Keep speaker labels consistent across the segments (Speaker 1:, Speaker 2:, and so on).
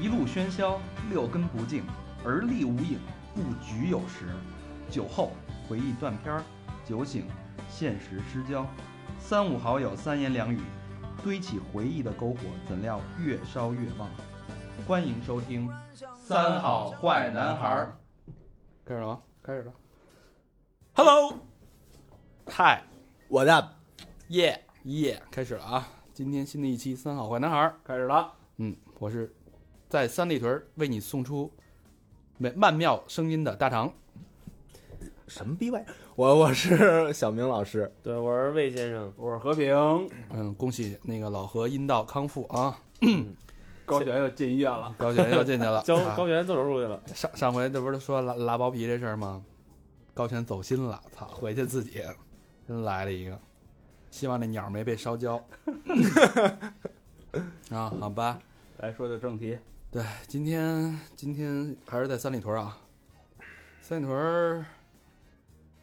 Speaker 1: 一路喧嚣，六根不净，而立无影，不局有时。酒后回忆断片儿，酒醒现实失焦。三五好友三言两语，堆起回忆的篝火，怎料越烧越旺。欢迎收听《三好坏男孩儿》。
Speaker 2: 开始了吗？开始了。Hello，嗨，
Speaker 3: 我的
Speaker 2: 耶耶，开始了啊！今天新的一期《三好坏男孩》儿，
Speaker 3: 开始了，
Speaker 2: 嗯，我是在三里屯儿为你送出美曼妙声音的大肠。
Speaker 3: 什么逼味？我我是 小明老师，
Speaker 4: 对，我是魏先生，
Speaker 5: 我是和平，
Speaker 2: 嗯，恭喜那个老何阴道康复啊！
Speaker 5: 嗯高璇又进医院了，
Speaker 2: 高璇又 进去了，
Speaker 4: 交
Speaker 2: 啊
Speaker 4: 高原做手术去了，
Speaker 2: 上上回这不是说拉拉包皮这事儿吗？高璇走心了，操，回去自己真来了一个，希望那鸟儿没被烧焦。 啊，好吧，
Speaker 5: 来说的正题，
Speaker 2: 对，今天今天还是在三里屯啊，三里屯儿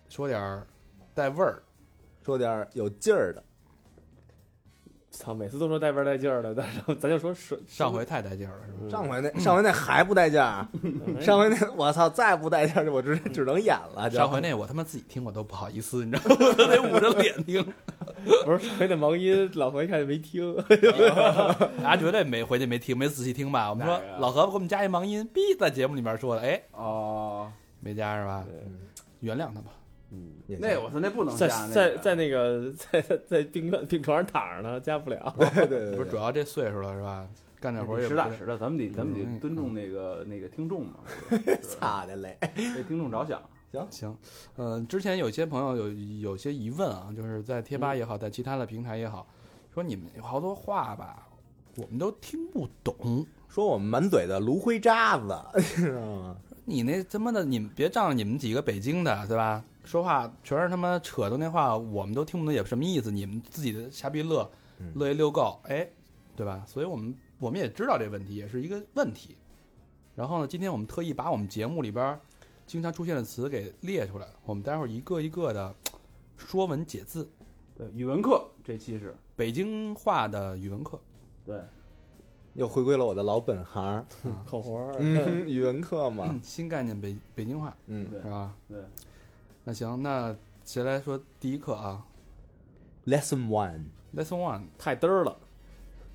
Speaker 2: 说点儿带味儿，
Speaker 3: 说点儿有劲儿的。
Speaker 4: 操，每次都说带边带劲儿的，但是咱就说 嗯水
Speaker 2: 上回太带劲儿了，是吧？
Speaker 3: 上回那上回那还不带劲儿，啊
Speaker 4: 嗯
Speaker 3: 上回那我操，再不带劲儿，我直接只能演了。就
Speaker 2: 上回那我他妈自己听我都不好意思，你知道吗？我都得捂着脸听，
Speaker 4: 不是回那盲音，老何一看就没听，
Speaker 2: 大家啊绝对没回去没听，没仔细听吧？我们说
Speaker 5: 哪个
Speaker 2: 老何给我们加一盲音，哔，在节目里面说的，哎，
Speaker 5: 哦，
Speaker 2: 没加是吧？
Speaker 4: 对
Speaker 2: 原谅他吧。
Speaker 4: 嗯，
Speaker 3: 也行
Speaker 5: 那我操，那不能
Speaker 4: 在
Speaker 5: 加，
Speaker 4: 在在那个在在病院病床上躺着呢，加不了，
Speaker 3: 对
Speaker 2: 不
Speaker 3: 对对
Speaker 2: 是主
Speaker 3: 对，
Speaker 2: 要这岁数了是吧？干点活儿也
Speaker 5: 实
Speaker 2: 不
Speaker 5: 打
Speaker 2: 是
Speaker 5: 实的，咱们得咱们
Speaker 2: 嗯
Speaker 5: 得尊重那个那个听众嘛，
Speaker 3: 擦的嘞，
Speaker 5: 为听众着想，
Speaker 2: 行，呃，之前有些朋友有有些疑问啊，就是在贴吧也好，在其他的平台也好，说你们有好多话吧，我们都听不懂。
Speaker 3: 说我们满嘴的芦灰渣子， 你知道吗？
Speaker 2: 你那他妈的，你们别仗着你们几个北京的，对吧？说话全是他妈扯的那话，我们都听不懂，也什么意思？你们自己的瞎逼乐
Speaker 3: 嗯，
Speaker 2: 乐一溜够，哎，对吧？所以我们我们也知道这问题，也是一个问题。然后呢，今天我们特意把我们节目里边儿经常出现的词给列出来，我们待会儿一个一个的说文解字，
Speaker 5: 对，语文课这期是，
Speaker 2: 北京话的语文课。
Speaker 5: 对，
Speaker 3: 又回归了我的老本行，
Speaker 4: 口活儿，
Speaker 3: 嗯，语文课嘛，
Speaker 2: 嗯新概念北北京话
Speaker 3: 嗯，
Speaker 2: 是吧？
Speaker 5: 对，
Speaker 2: 那行，那谁来说第一课啊
Speaker 3: Lesson One，
Speaker 2: ？Lesson One，
Speaker 4: 太嘚儿了，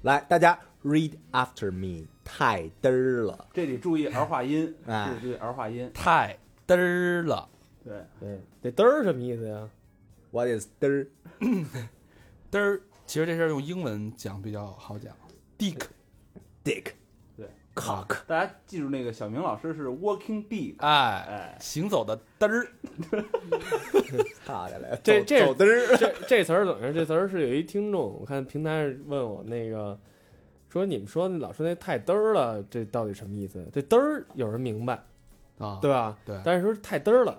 Speaker 3: 来大家 read after me，太嘚儿了，
Speaker 5: 这里注意儿化音，
Speaker 3: 哎
Speaker 5: 这里注意儿化音，
Speaker 2: 太嘚儿了，
Speaker 5: 对，
Speaker 4: 对，得嘚儿什么意思呀？
Speaker 3: 我得嘚儿
Speaker 2: 嘚儿。其实这事儿用英文讲比较好讲，dick
Speaker 3: dick，
Speaker 5: 对
Speaker 3: ，cock，
Speaker 5: 大家记住那个小明老师是 Walking D，
Speaker 2: 哎，
Speaker 5: 哎，
Speaker 2: 行走的嘚儿，
Speaker 3: 擦的嘞，
Speaker 4: 这
Speaker 3: 走
Speaker 4: 这
Speaker 3: 走嘚 儿。
Speaker 4: 这这词儿怎么着？这词儿是有一听众，我看平台上问我那个，说你们说老说那太嘚儿了，这到底什么意思？这嘚儿有人明白，
Speaker 2: 啊，
Speaker 4: 对吧？
Speaker 2: 对
Speaker 4: 但是说太嘚儿了，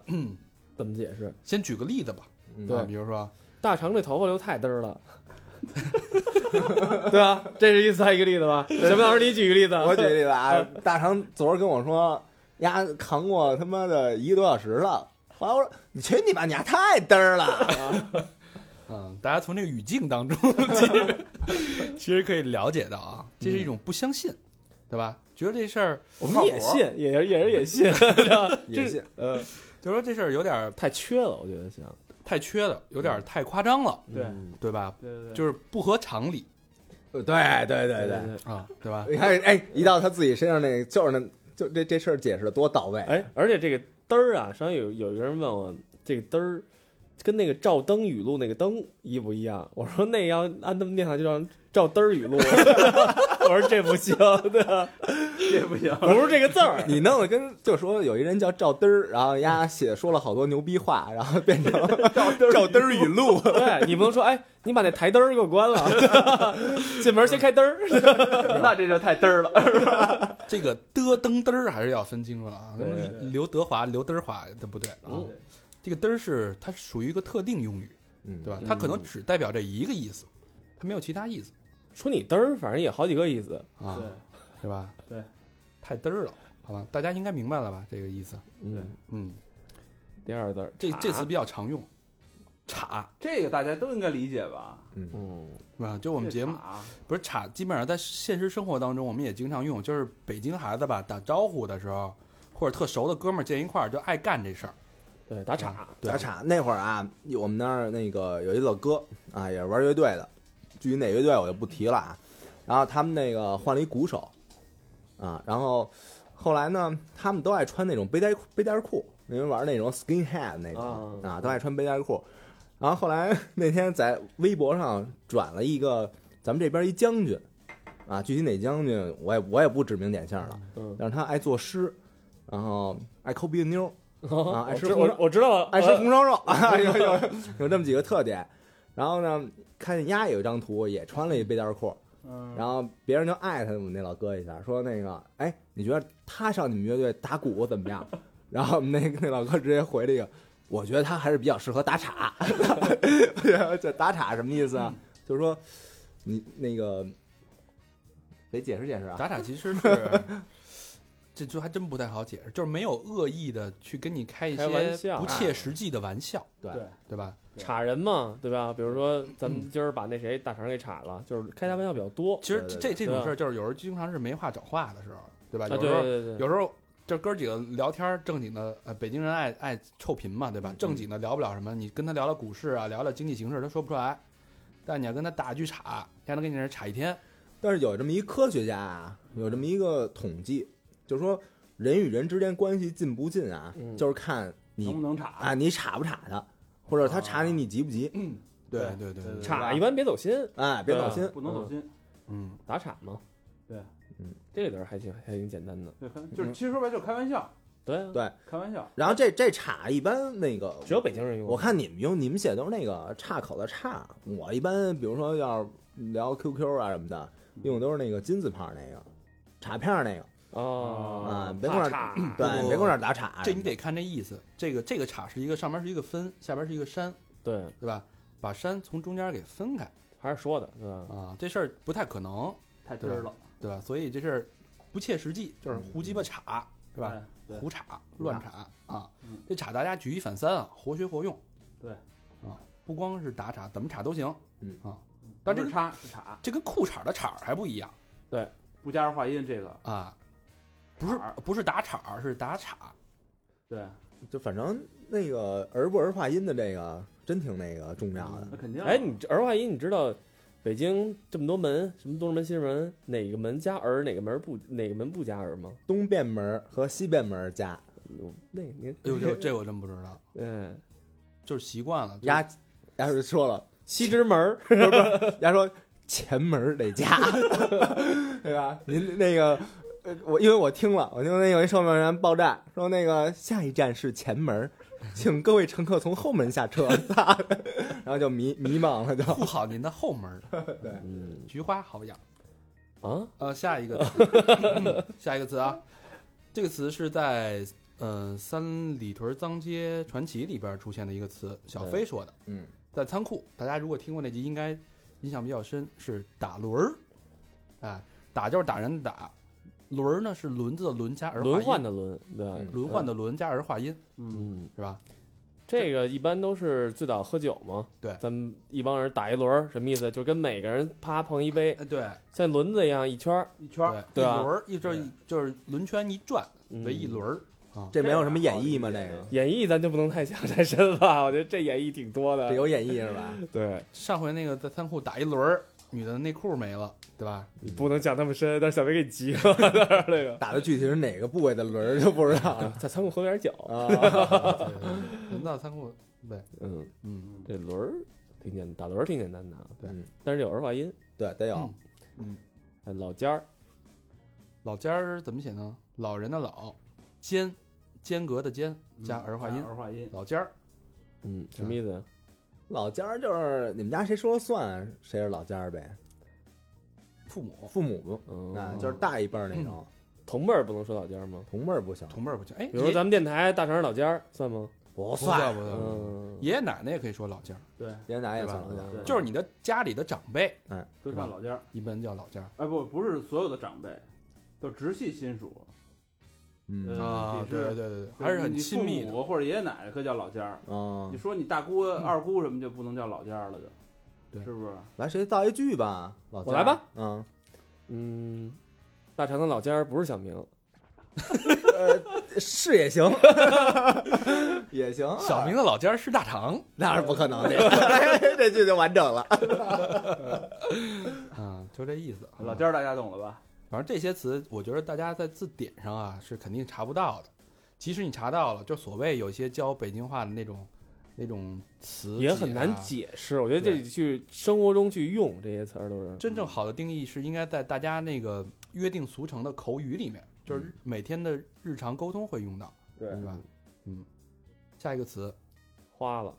Speaker 4: 怎么解释？
Speaker 2: 先举个例子吧，
Speaker 3: 嗯
Speaker 2: 啊
Speaker 4: 对
Speaker 2: 比如说
Speaker 4: 大长这头发留太嘚儿了， 对啊，这是一再一个例子吧？小明老师，你举个例子啊，
Speaker 3: 我举例子啊，大长昨儿跟我说，丫扛过他妈的一个多小时了。后来我说：“你去你妈，你丫太嘚儿了
Speaker 2: 嗯，大家从这个语境当 中，其实其实可以了解到啊，这是一种不相信，对吧？觉得这事儿，
Speaker 4: 我们也信，也也也人也 信，
Speaker 3: 也信
Speaker 4: 呃，
Speaker 2: 就说这事儿有点儿
Speaker 4: 太缺了，我觉得像，
Speaker 2: 太缺了，有点儿太夸张了，
Speaker 5: 对
Speaker 4: 嗯
Speaker 2: 对吧？
Speaker 5: 对对对，
Speaker 2: 就是不合常理！”
Speaker 3: 对对
Speaker 4: 对
Speaker 3: 对
Speaker 4: 对
Speaker 3: 对
Speaker 4: 对，
Speaker 2: 啊，对吧？
Speaker 3: 你看，哎，一到他自己身上那，就是那，就这这事儿解释的多到位。
Speaker 4: 哎，而且这个嘚儿啊，上次有有一个人问我，这个嘚儿跟那个照灯语录那个灯一不一样？我说那要按那么念下去，就叫照灯儿语录， 我说这不行，对吧？
Speaker 5: 这不行，
Speaker 4: 不是这个字儿，
Speaker 3: 你弄得跟就说有一人叫赵嘚儿，然后丫写说了好多牛逼话，然后变成赵嘚儿语录。
Speaker 4: 对你不能说，哎，你把那台灯儿给我关了， 进门先开灯儿。
Speaker 5: 那这就太嘚儿了，
Speaker 2: 这个的登嘚儿还是要分清楚了啊。
Speaker 4: 对对
Speaker 2: 刘刘德华、刘德华的不对啊
Speaker 4: 嗯。
Speaker 2: 这个嘚儿是它属于一个特定用语，
Speaker 3: 嗯
Speaker 2: 对吧？
Speaker 4: 嗯
Speaker 2: 它可能只代表这一个意思，它没有其他意思
Speaker 4: 说你嘚儿，反正也好几个意思。
Speaker 2: 啊，
Speaker 5: 对，
Speaker 2: 对吧？
Speaker 5: 对，
Speaker 2: 太嘚儿了，好吧？大家应该明白了吧？这个意思，
Speaker 4: 嗯，
Speaker 2: 嗯，
Speaker 4: 第二个字儿，
Speaker 2: 这这
Speaker 4: 茶
Speaker 2: 词比较常用，岔，
Speaker 5: 这个大家 都应该理解吧？
Speaker 4: 嗯，
Speaker 2: 是吧？就我们节目
Speaker 5: 这啥
Speaker 2: 不是岔，基本上在现实生活当中，我们也经常用，就是北京孩子吧，打招呼的时候，或者特熟的哥们儿见一块儿就爱干这事儿，
Speaker 4: 对，打岔，
Speaker 2: 对
Speaker 3: 打岔那会儿啊，我们那儿那个有一老哥啊，也是玩乐队的，至于哪乐队我就不提了啊。然后他们那个换了一鼓手啊，然后后来呢，他们都爱穿那种背带裤背带裤，因为玩那种 skinhead
Speaker 5: 嗯
Speaker 3: 那种
Speaker 4: 啊
Speaker 3: 啊，都爱穿背带裤。然后后来 那天在微博上转了一个咱们这边一将军啊，具体哪将军我也我也不指名点姓了，
Speaker 4: 嗯，
Speaker 3: 但是他爱作诗，然后爱抠鼻子妞儿。 啊爱
Speaker 4: 我
Speaker 3: 吃
Speaker 4: 知
Speaker 3: 红
Speaker 4: 哎我我知道了，
Speaker 3: 爱吃
Speaker 4: 我
Speaker 3: 红烧肉 啊，有有有这么几个特点。然后呢，看见丫有一张图，也穿了一背带裤，
Speaker 5: 嗯，
Speaker 3: 然后别人就艾特我们那老哥一下，说那个，哎，你觉得他上你们乐队打鼓怎么样？ 然后我们那那老哥直接回了一个，我觉得他还是比较适合打岔。 这打岔什么意思啊？就是说，你那个得解释解释啊。
Speaker 2: 打岔其实是，这就还真不太好解释，就是没有恶意的去跟你开一
Speaker 4: 开玩
Speaker 2: 些
Speaker 4: 笑
Speaker 2: 不切实际的玩笑，
Speaker 3: 啊对
Speaker 5: 对
Speaker 2: 对吧？
Speaker 4: 岔人嘛，对吧？比如说咱们今儿把那谁大肠给岔了，就是开他玩笑比较多，
Speaker 2: 其实
Speaker 3: 对
Speaker 2: 这
Speaker 3: 对
Speaker 2: 这这种
Speaker 4: 对
Speaker 2: 事儿，就是有时候经常是没话找话的时候，对吧？
Speaker 4: 啊，
Speaker 2: 有
Speaker 4: 对
Speaker 2: 时候
Speaker 4: 对对对，
Speaker 2: 有时候这哥几个聊天儿正经的，呃，北京人爱爱臭贫嘛，对吧？
Speaker 4: 嗯
Speaker 2: 正经的聊不了什么，你跟他聊聊股市啊，聊聊经济形势，他说不出来。但你要跟他打一句岔，他能跟你这岔一天。
Speaker 3: 但是有这么一科学家啊，有这么一个统计，就是说人与人之间关系近不近啊，
Speaker 4: 嗯
Speaker 3: 就是看你
Speaker 5: 能不能查？
Speaker 3: 啊，你查不查他，或者他查你，你急不急？嗯对
Speaker 2: 对对
Speaker 5: 对
Speaker 4: 岔一般别走心，
Speaker 3: 哎，别
Speaker 4: 对啊
Speaker 3: 走心。
Speaker 5: 不能走心。
Speaker 2: 嗯，
Speaker 4: 打岔嘛，
Speaker 5: 对，
Speaker 3: 嗯，
Speaker 4: 这个点儿还挺还挺简单的，
Speaker 5: 对，就是其实说白了就是开玩笑，
Speaker 4: 对啊，
Speaker 3: 对
Speaker 5: 开玩笑。
Speaker 3: 然后这这岔一般那个
Speaker 4: 只有北京人用，
Speaker 3: 我看你们用你们写都是那个岔口的岔，我一般比如说要是聊 QQ 啊什么的，
Speaker 4: 嗯
Speaker 3: 用的都是那个金字旁那个卡片那个
Speaker 4: 啊
Speaker 3: 啊，别跟我
Speaker 4: 岔岔
Speaker 3: 那对，别跟我那打岔。
Speaker 2: 这你得看这意思。这个这个岔是一个上面是一个分，下边是一个山，
Speaker 4: 对，
Speaker 2: 对吧？把山从中间给分开
Speaker 4: 还是说的，对吧？
Speaker 2: 啊，这事儿不太可能，
Speaker 5: 太嘚儿了，
Speaker 2: 对吧？所以这事儿不切实际，就是胡鸡巴岔，是
Speaker 5: 是
Speaker 2: 吧？？
Speaker 5: 嗯哎对
Speaker 2: 胡岔乱岔啊
Speaker 5: 嗯！
Speaker 2: 这岔大家举一反三啊，活学活用。
Speaker 5: 对
Speaker 2: 啊，不光是打岔，怎么岔都行。
Speaker 3: 嗯
Speaker 2: 啊，
Speaker 5: 但
Speaker 2: 但这
Speaker 5: 是
Speaker 2: 个
Speaker 5: 叉是叉，
Speaker 2: 这跟裤衩的衩儿还不一样
Speaker 5: 不加上话音这个，
Speaker 2: 啊，不是
Speaker 5: 衩儿
Speaker 2: 不是打岔儿，是打 岔。
Speaker 5: 对，
Speaker 3: 就反正那个儿不儿化音的这个真挺那个重要的。
Speaker 5: 那肯定。
Speaker 4: 哎，，你这儿化音，你知道北京这么多门，什么东直门、西直门，哪个门加儿，哪个门不哪个门不加儿吗？
Speaker 3: 东便门和西便门加
Speaker 4: 我那您
Speaker 2: 哎呦，这这我真不知道，
Speaker 4: 嗯，
Speaker 2: 就是习惯了。
Speaker 3: 丫丫就说了，
Speaker 4: 西直门儿，
Speaker 3: 丫说前门儿得加， 对吧？您那个，呃我因为我听了，我听那有一售票员报站说，那个下一站是前门儿，请各位乘客从后门下车， 然后就迷迷茫了就，
Speaker 2: 护好您的后门儿，
Speaker 4: 嗯
Speaker 2: 菊花好养。
Speaker 4: 啊，
Speaker 2: 呃，下一个 词下一个词啊，这个词是在呃三里屯脏街传奇里边出现的一个词，小飞说的。
Speaker 3: 嗯，
Speaker 2: 在仓库，大家如果听过那集，应该印象比较深，是打轮儿，哎，打就是打人的打，轮儿呢是轮子的轮加儿化音
Speaker 4: 轮换，的轮，对吧，
Speaker 3: 嗯
Speaker 2: 轮换的轮加儿化音
Speaker 5: 嗯，
Speaker 4: 嗯，
Speaker 2: 是吧？
Speaker 4: 这个一般都是最早喝酒嘛，
Speaker 2: 对
Speaker 4: 咱们一帮人打一轮儿，什么意思？就跟每个人啪碰一杯，
Speaker 2: 哎，对
Speaker 4: 像轮子一样一圈儿，
Speaker 5: 一圈儿
Speaker 2: 对，
Speaker 4: 对
Speaker 2: 一
Speaker 4: 吧
Speaker 2: 轮儿一就是就是轮圈一转
Speaker 4: 嗯
Speaker 2: 为一轮儿，
Speaker 3: 这没有什么演绎吗？这个
Speaker 4: 演绎咱就不能太想太深了，我觉得这演绎挺多
Speaker 3: 这
Speaker 4: 的。
Speaker 3: 有演绎是吧？
Speaker 4: 对，
Speaker 2: 上回那个在仓库打一轮儿，女的内裤没了，对 吧？
Speaker 4: 你不能讲那么深，但是小飞给急了， 那个
Speaker 3: 打的具体是哪个部位的轮儿就不知道了
Speaker 4: 在仓库喝点酒。
Speaker 3: 啊。
Speaker 2: 对对对轮到仓库，对，
Speaker 4: 嗯，
Speaker 2: 嗯，
Speaker 4: 这轮儿挺简单，打轮儿挺简单的啊，
Speaker 2: 对
Speaker 3: 嗯
Speaker 4: 但是有儿化音。
Speaker 3: 对，得有
Speaker 2: 嗯
Speaker 4: 哎老尖儿，
Speaker 2: 老尖儿怎么写呢？老人的老，间间隔的间加儿化音，
Speaker 5: 嗯儿化音，
Speaker 2: 老尖儿。
Speaker 4: 嗯，什么意思呀？
Speaker 3: 老家儿就是你们家谁说了算，谁是老家儿呗？
Speaker 2: 父母
Speaker 3: 父母啊，
Speaker 4: 嗯，
Speaker 3: 就是大一辈儿那种，
Speaker 4: 同辈儿不能说老尖儿吗？
Speaker 3: 同辈儿不行，
Speaker 2: 同辈儿不行，哎，
Speaker 4: 比如说咱们电台大肠是老尖儿算吗？
Speaker 3: 不
Speaker 2: 不算不算，
Speaker 4: 嗯，
Speaker 2: 爷爷奶奶也可以说老家儿，
Speaker 5: 对，
Speaker 3: 爷爷奶奶也
Speaker 2: 对
Speaker 3: 算
Speaker 2: 吧
Speaker 3: 老家儿。
Speaker 5: 对
Speaker 2: 就是你的家里的长辈，
Speaker 5: 都上老家儿。
Speaker 2: 一般叫老家儿。
Speaker 5: 哎，不，不是所有的长辈，都直系亲属，
Speaker 3: 嗯
Speaker 5: 呃
Speaker 2: 啊，
Speaker 5: 也
Speaker 2: 对
Speaker 5: 是
Speaker 2: 对对对，还是很亲
Speaker 5: 你
Speaker 2: 密的
Speaker 5: 父。母或者爷爷奶奶可以叫老家儿，
Speaker 3: 啊
Speaker 5: 你，说你大姑、二姑什么就不能叫老家儿了，就，
Speaker 2: 对
Speaker 5: 是不是？
Speaker 3: 来谁造一句吧？老
Speaker 4: 我来吧，
Speaker 3: 嗯，
Speaker 4: 嗯，大肠的老家儿不是小明，
Speaker 3: 是也行，也行啊，
Speaker 2: 小明的老家是大肠
Speaker 3: 那是不可能的，这这句就完整了。
Speaker 2: 啊，就这意思。
Speaker 5: 老家儿大家懂了吧？
Speaker 2: 反正这些词，我觉得大家在字典上啊是肯定查不到的。即使你查到了，就所谓有些教北京话的那种那种词、啊
Speaker 4: 也很难。解释。我觉得这
Speaker 2: 对
Speaker 4: 得去生活中去用这些词儿都是
Speaker 2: 真正好的定义是应该在大家那个约定俗成的口语里面，就是每天的日常沟通会用到，
Speaker 5: 对
Speaker 2: 对吧？嗯，下一个词，
Speaker 4: 花了，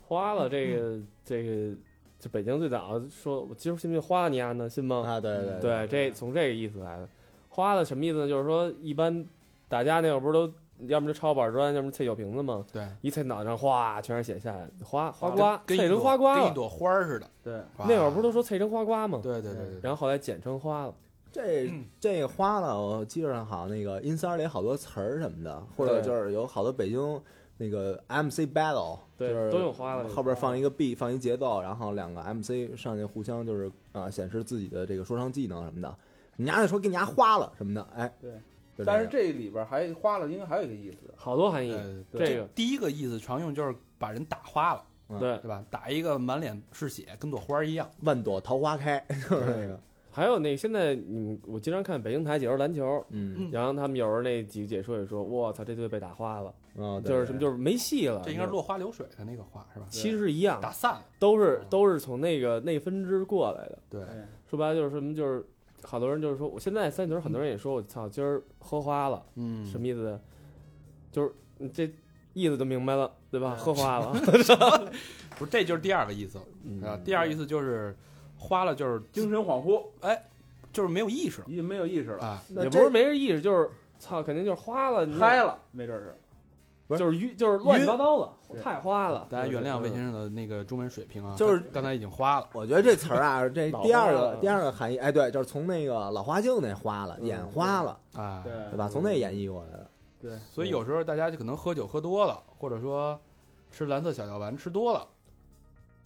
Speaker 4: 花了这个这个，这北京最早说，我今儿信不信花了你丫呢？信吗？
Speaker 3: 啊，对对
Speaker 4: 对，这从这个意思来的。花了什么意思呢？就是说一般大家那会儿不是都要么就抄板砖，要么啐酒瓶子吗？
Speaker 2: 对，
Speaker 4: 一啐脑袋上哗，全是血下来，花花
Speaker 5: 跟
Speaker 4: 瓜，
Speaker 2: 跟一
Speaker 4: 啐成
Speaker 2: 朵
Speaker 4: 花瓜
Speaker 2: 跟一
Speaker 4: 了。
Speaker 2: 朵花儿似的。
Speaker 5: 对，
Speaker 4: 那会儿不是都说啐成花瓜吗？
Speaker 2: 对对对对，
Speaker 4: 然后后来简称花了。
Speaker 3: 这
Speaker 2: 嗯
Speaker 3: 这个花了，我记着好像那个 in 三里好多词儿什么的，或者
Speaker 4: 对
Speaker 3: 就是有好多北京那个 MC battle，
Speaker 4: 对
Speaker 3: 就是
Speaker 4: 都用花了
Speaker 3: 后边放一个 beat，放一节奏，然后两个 MC 上去互相就是啊、显示自己的这个说唱技能什么的。你丫的说给你丫花了什么的，哎，
Speaker 5: 对
Speaker 3: 就这样，
Speaker 5: 但是这里边还花了，应该还有一个意思，
Speaker 4: 好多含义。
Speaker 2: 呃，
Speaker 4: 对哎这个
Speaker 2: 第一个意思常用就是把人打花了，
Speaker 3: 嗯
Speaker 4: 对，
Speaker 2: 对吧？打一个满脸是血，跟朵花儿一样。
Speaker 3: 万朵桃花开，就是那个，
Speaker 4: 还有那个现在你我经常看北京台解说篮球，
Speaker 3: 嗯，
Speaker 2: 嗯
Speaker 4: 然后他们有时候那几个解说也说，我操，这队被打花了，
Speaker 3: 啊，对
Speaker 4: 就是什么就是没戏了。
Speaker 2: 这应该是落花流水的那个花是吧？
Speaker 4: 啊其实是一样，
Speaker 2: 打嗯散了，
Speaker 4: 都是都是从那个内分支过来的。
Speaker 2: 对
Speaker 5: 哎
Speaker 4: 说白了就是什么就是，好多人就是说，我现在三里屯很多人也说我操，今儿喝花了，
Speaker 2: 嗯
Speaker 4: 什么意思呢？就是你这意思就明白了，对
Speaker 2: 嗯
Speaker 4: 吧？
Speaker 5: 对
Speaker 4: 喝 花了，
Speaker 2: 不是，这就是第二个意思
Speaker 4: 嗯
Speaker 2: 啊。第二意思就是花了，就是
Speaker 5: 精神恍惚，
Speaker 2: 就是没有意识了
Speaker 5: 已经没有意识了，
Speaker 2: 啊。
Speaker 3: 那
Speaker 4: 也不
Speaker 3: 这
Speaker 4: 是没人意识，就是操，肯定就是花了，你
Speaker 5: 嗨了，没准是
Speaker 4: 就是晕，就是乱七八糟了，
Speaker 5: 晕
Speaker 4: 太花了。
Speaker 2: 大家原谅魏
Speaker 4: 嗯
Speaker 2: 先生的那个中文水平啊，
Speaker 3: 就是
Speaker 2: 他刚才已经花了，
Speaker 3: 我觉得这词儿啊，这
Speaker 4: 老
Speaker 3: 第二
Speaker 4: 花
Speaker 3: 个
Speaker 4: 了
Speaker 3: 第二个含义，哎，对，就是从那个老花镜那花了，
Speaker 4: 嗯
Speaker 3: 眼花了，
Speaker 2: 啊，
Speaker 5: 对
Speaker 3: 对吧？从那演绎过来的，
Speaker 5: 对，
Speaker 2: 所以有时候大家就可能喝酒喝多了，或者说吃蓝色小药丸吃多了，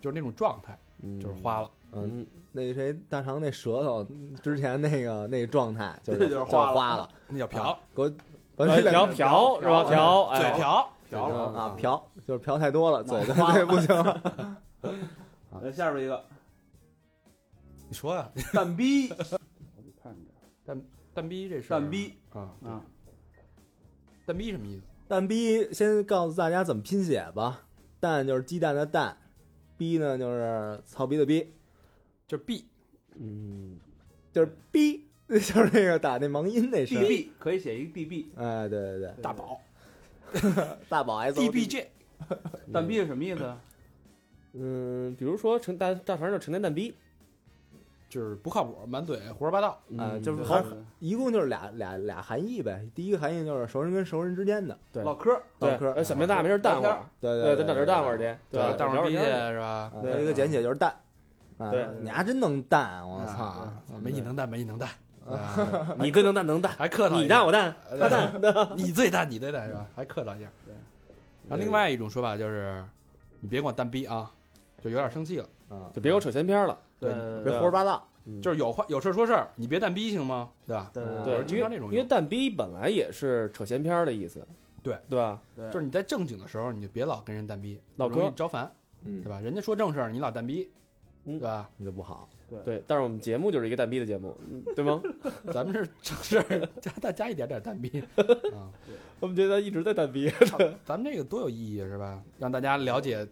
Speaker 2: 就是那种状态，
Speaker 4: 嗯
Speaker 2: 就是花了。
Speaker 3: 嗯，
Speaker 4: 嗯，
Speaker 3: 那谁大肠那舌头之前那个那状态，就是
Speaker 5: 对
Speaker 3: 就
Speaker 5: 就是是
Speaker 3: 花
Speaker 5: 花了
Speaker 3: 了，
Speaker 2: 那叫嫖，
Speaker 3: 给我把
Speaker 4: 哎
Speaker 3: 这两
Speaker 4: 嫖
Speaker 3: 个
Speaker 4: 嫖是吧？
Speaker 5: 嫖
Speaker 4: 嫖，
Speaker 2: 啊嘴
Speaker 4: 哎，
Speaker 2: 瓢，
Speaker 5: 嫖了。
Speaker 3: 啊嫖就是嫖太多了，嘴
Speaker 5: 脑
Speaker 3: 对不行了，
Speaker 5: 来下边一个
Speaker 2: 你说呀，
Speaker 5: 蛋逼，啊看着
Speaker 2: 蛋逼这事儿
Speaker 5: 蛋逼
Speaker 2: 啊，
Speaker 5: 啊，
Speaker 2: 蛋逼什么意思？
Speaker 3: 蛋逼先告诉大家怎么拼写吧，蛋就是鸡蛋的蛋，逼呢就是操逼的逼，
Speaker 2: 就是 B
Speaker 4: 嗯，
Speaker 3: 就是逼， 就是那个打那盲音那声儿。
Speaker 5: db 可以写一个 db，
Speaker 3: 哎，对对对，
Speaker 2: 大宝
Speaker 3: 大宝 S
Speaker 2: D B J
Speaker 5: 蛋逼是什么意思？啊
Speaker 4: 嗯，比如说成大大肠就成天蛋逼，
Speaker 2: 就是不靠谱，满嘴胡说八道。
Speaker 3: 啊
Speaker 4: 嗯
Speaker 3: 就是
Speaker 5: 对
Speaker 3: 还一共就是俩俩俩含义呗。第一个含义就是熟人跟熟人之间的
Speaker 4: 对
Speaker 5: 唠嗑，
Speaker 3: 唠
Speaker 4: 对，
Speaker 3: 嗑
Speaker 4: 呃小明大没事儿蛋会儿，
Speaker 3: 对
Speaker 4: 对，
Speaker 3: 对，
Speaker 4: 咱找人蛋会儿去，对吧，
Speaker 2: 大伙
Speaker 4: 聊
Speaker 2: 儿
Speaker 4: 会
Speaker 2: 逼去
Speaker 4: 天儿
Speaker 2: 是吧？
Speaker 3: 啊
Speaker 4: 对
Speaker 3: 还有一个简写就是蛋。啊
Speaker 4: 对
Speaker 3: 你还真能蛋，我操！
Speaker 2: 啊，没你能蛋，没你能蛋，啊
Speaker 4: 你最能蛋 能蛋，
Speaker 2: 还客套一下，
Speaker 4: 你蛋我蛋，
Speaker 2: 他蛋， 你最蛋，你最蛋是
Speaker 4: 嗯
Speaker 2: 吧？还客套一下。
Speaker 5: 对
Speaker 2: 然后另外一种说法就是，你别管蛋逼啊，就有点生气了，
Speaker 4: 嗯
Speaker 3: 啊，
Speaker 4: 就别给我扯闲篇儿了，
Speaker 2: 对
Speaker 5: 呃
Speaker 3: 别胡说八道。
Speaker 4: 嗯
Speaker 2: 就是有话有事说事儿，你别蛋逼行吗？对吧？
Speaker 5: 对
Speaker 3: 嗯
Speaker 4: 对
Speaker 2: 我是，经
Speaker 4: 因
Speaker 2: 常
Speaker 4: 为
Speaker 2: 这种
Speaker 4: 因为
Speaker 2: 用，
Speaker 4: 蛋逼本来也是扯闲篇儿的意思，
Speaker 2: 对
Speaker 4: 对吧？
Speaker 5: 对
Speaker 2: 就是你在正经的时候，你就别老跟人蛋逼，
Speaker 4: 老
Speaker 2: 容易
Speaker 4: 哥
Speaker 2: 招烦，
Speaker 3: 嗯
Speaker 2: 对，啊吧？人家说正事儿，你老蛋逼，
Speaker 4: 嗯
Speaker 2: 对吧？
Speaker 3: 那就不好。
Speaker 4: 对，但是我们节目就是一个蛋逼的节目，嗯对吗？
Speaker 2: 咱们是正事儿，加大家一点点蛋逼 啊。
Speaker 4: 我们觉得一直在蛋 逼，
Speaker 2: 咱们这个多有意义啊是吧？让大家了解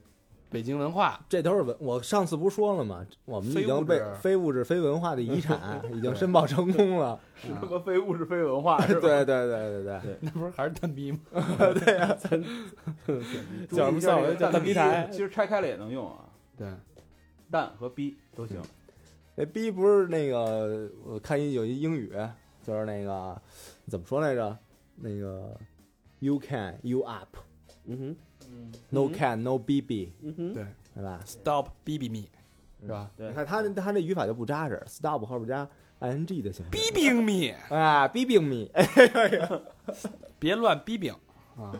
Speaker 2: 北京文化，
Speaker 3: 这都是文，我上次不说了吗？我们已
Speaker 2: 非物
Speaker 3: 经被
Speaker 2: 质
Speaker 3: 非物质、非文化的遗产已经申报成功了。
Speaker 5: 是他妈非物质非文化，
Speaker 3: 对
Speaker 5: 是吧？
Speaker 3: 对对对对，
Speaker 2: 那不是还是蛋逼吗？
Speaker 5: 注意一下这个
Speaker 4: 叫什么叫蛋逼台
Speaker 5: 其实拆开了也能用啊，
Speaker 2: 对，
Speaker 5: 蛋和逼都行。
Speaker 3: 那逼不是那个，我看一有一英语，就是那个怎么说来着？那个 you can you up
Speaker 4: 嗯哼，
Speaker 5: 嗯，
Speaker 3: no
Speaker 4: 嗯
Speaker 3: can no bb，
Speaker 4: 嗯哼，
Speaker 2: 对
Speaker 3: 对吧？
Speaker 2: ，Stop BB me，是吧？
Speaker 5: 对
Speaker 3: 你看他这他这语法就不扎实，stop 后边加 ing 的形式。
Speaker 2: 逼饼你，
Speaker 3: 啊，逼病你，
Speaker 2: 别乱逼饼啊！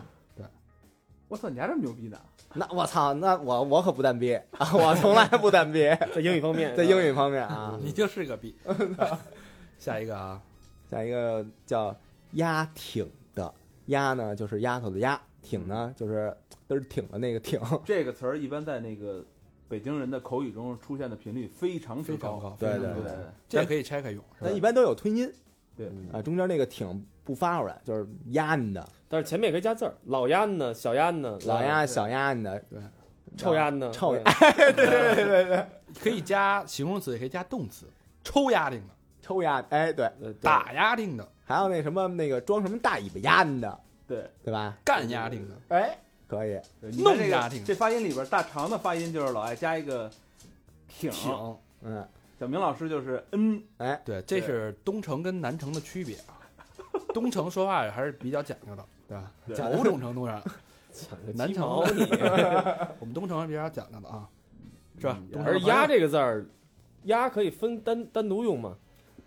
Speaker 5: 我操，你还这么牛逼呢？
Speaker 3: 那我操，那我我可不蛋逼啊，我从来不蛋逼，
Speaker 4: 在英语方面，
Speaker 3: 在英语方面 啊。
Speaker 2: 你就是个逼。 下一个啊，
Speaker 3: 下一个叫丫挺的，丫呢就是丫头的丫，挺呢就是嘚儿挺的那个挺，
Speaker 5: 这个词儿一般在那个北京人的口语中出现的频率非常之
Speaker 2: 非常高，
Speaker 3: 对
Speaker 2: 非常
Speaker 5: 对
Speaker 2: 高
Speaker 5: 对对，
Speaker 2: 这可以拆开用。是吧
Speaker 3: 但一般都有吞音
Speaker 5: 对
Speaker 3: 啊，中间那个挺不发出来，就是丫你的，
Speaker 4: 但是前面也可以加字儿，老鸭呢，小鸭呢，
Speaker 3: 老
Speaker 4: 然后
Speaker 3: 丫小丫你的，
Speaker 2: 对，
Speaker 4: 臭鸭呢，
Speaker 3: 臭鸭
Speaker 4: 对，
Speaker 2: 可以加形容词，也可以加动词，抽压定的，
Speaker 3: 抽丫，哎对，
Speaker 4: 呃对
Speaker 2: 打压定的，
Speaker 3: 还有那什么那个装什么大尾巴丫你的，
Speaker 5: 对
Speaker 3: 对吧？
Speaker 2: 干压定的，
Speaker 3: 哎，可以，
Speaker 5: 对，你看
Speaker 2: 弄
Speaker 5: 这
Speaker 2: 家
Speaker 5: 个
Speaker 2: 庭
Speaker 5: 这发音里边，大肠的发音就是老爱加一个挺，
Speaker 2: 挺。
Speaker 3: 嗯，
Speaker 5: 小明老师就是嗯，
Speaker 3: 哎，
Speaker 2: 对，这
Speaker 5: 对
Speaker 2: 是东城跟南城的区别啊。东城说话还是比较讲究的，对吧？
Speaker 5: 对
Speaker 2: 某种程度上，南城
Speaker 4: 毛你，
Speaker 2: 我们东城还比较讲究的啊，是吧？
Speaker 5: 嗯
Speaker 2: 东
Speaker 4: 而
Speaker 2: 城
Speaker 4: 鸭这个字儿，鸭可以分单单独用嘛，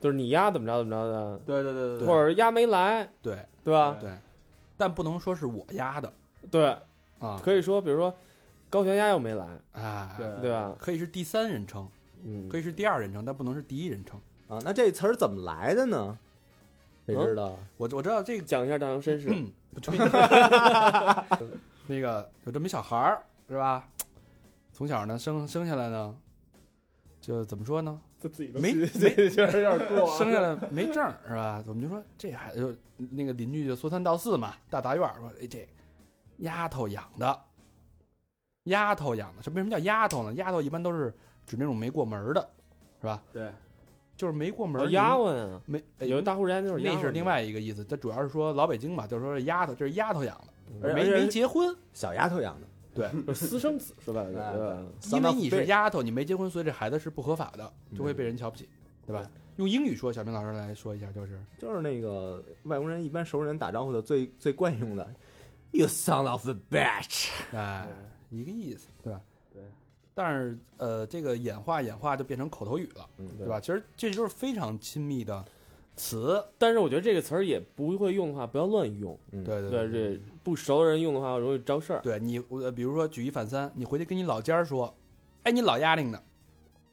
Speaker 4: 就是你鸭怎么着怎么着的，
Speaker 5: 对对对对
Speaker 4: 或
Speaker 5: 对，
Speaker 4: 者鸭没来，
Speaker 2: 对
Speaker 4: 对吧？
Speaker 2: 对，但不能说是我压的
Speaker 4: 对，
Speaker 2: 啊
Speaker 4: 可以说，比如说高悬鸭又没来，
Speaker 2: 啊，
Speaker 5: 对
Speaker 4: 对吧？
Speaker 2: 可以是第三人称，
Speaker 4: 嗯，
Speaker 2: 可以是第二人称，但不能是第一人称。
Speaker 3: 啊，那这词儿怎么来的呢？谁知道？
Speaker 2: 我我知道这个
Speaker 4: 嗯讲一下大洋绅士，
Speaker 2: 不吹， 那个有这么一小孩儿是吧？从小呢生生下来呢，就怎么说呢？
Speaker 4: 就自己
Speaker 2: 没
Speaker 4: 这 确实有点过啊
Speaker 2: 生下来没证儿是吧？我们就说这孩子就那个邻居就说三道四嘛，大杂院儿说哎这丫头养的，丫头养的，什么为什么叫丫头呢？丫头一般都是指那种没过门儿的，是吧？
Speaker 5: 对，
Speaker 2: 就是没过门
Speaker 4: 有
Speaker 2: 儿
Speaker 4: 丫鬟啊，
Speaker 2: 没哎
Speaker 4: 有的大户人家就是丫
Speaker 2: 那
Speaker 4: 鬟
Speaker 2: 是另外一个意思，它主要是说老北京嘛，就是说是丫头，这是丫头养的，
Speaker 3: 嗯
Speaker 2: 没
Speaker 3: 而且
Speaker 2: 没结婚，
Speaker 3: 小丫头养的，
Speaker 4: 就是私生子，说白了
Speaker 3: 哎
Speaker 4: 就，对吧？
Speaker 2: 因
Speaker 3: 三八
Speaker 2: 为
Speaker 3: 妇
Speaker 2: 你
Speaker 3: 辈
Speaker 2: 是丫头，你没结婚，所以这孩子是不合法的，就会被
Speaker 3: 嗯
Speaker 2: 人瞧不起，对吧？用英语说，小明老师来说一下，就是
Speaker 3: 就是那个外国人一般熟人打招呼的最最惯用的，You son of a bitch，
Speaker 2: 哎一个意思，对吧？
Speaker 5: 对。
Speaker 2: 但是呃，这个演化演化就变成口头语了，
Speaker 3: 嗯
Speaker 2: 对吧？其实这就是非常亲密的词，
Speaker 4: 但是我觉得这个词儿也不会用的话，不要乱用，
Speaker 2: 对对
Speaker 4: 对，这不熟的人用的话容易招事儿。
Speaker 2: 对你呃，比如说举一反三，你回去跟你老家儿说，哎，你老丫令的，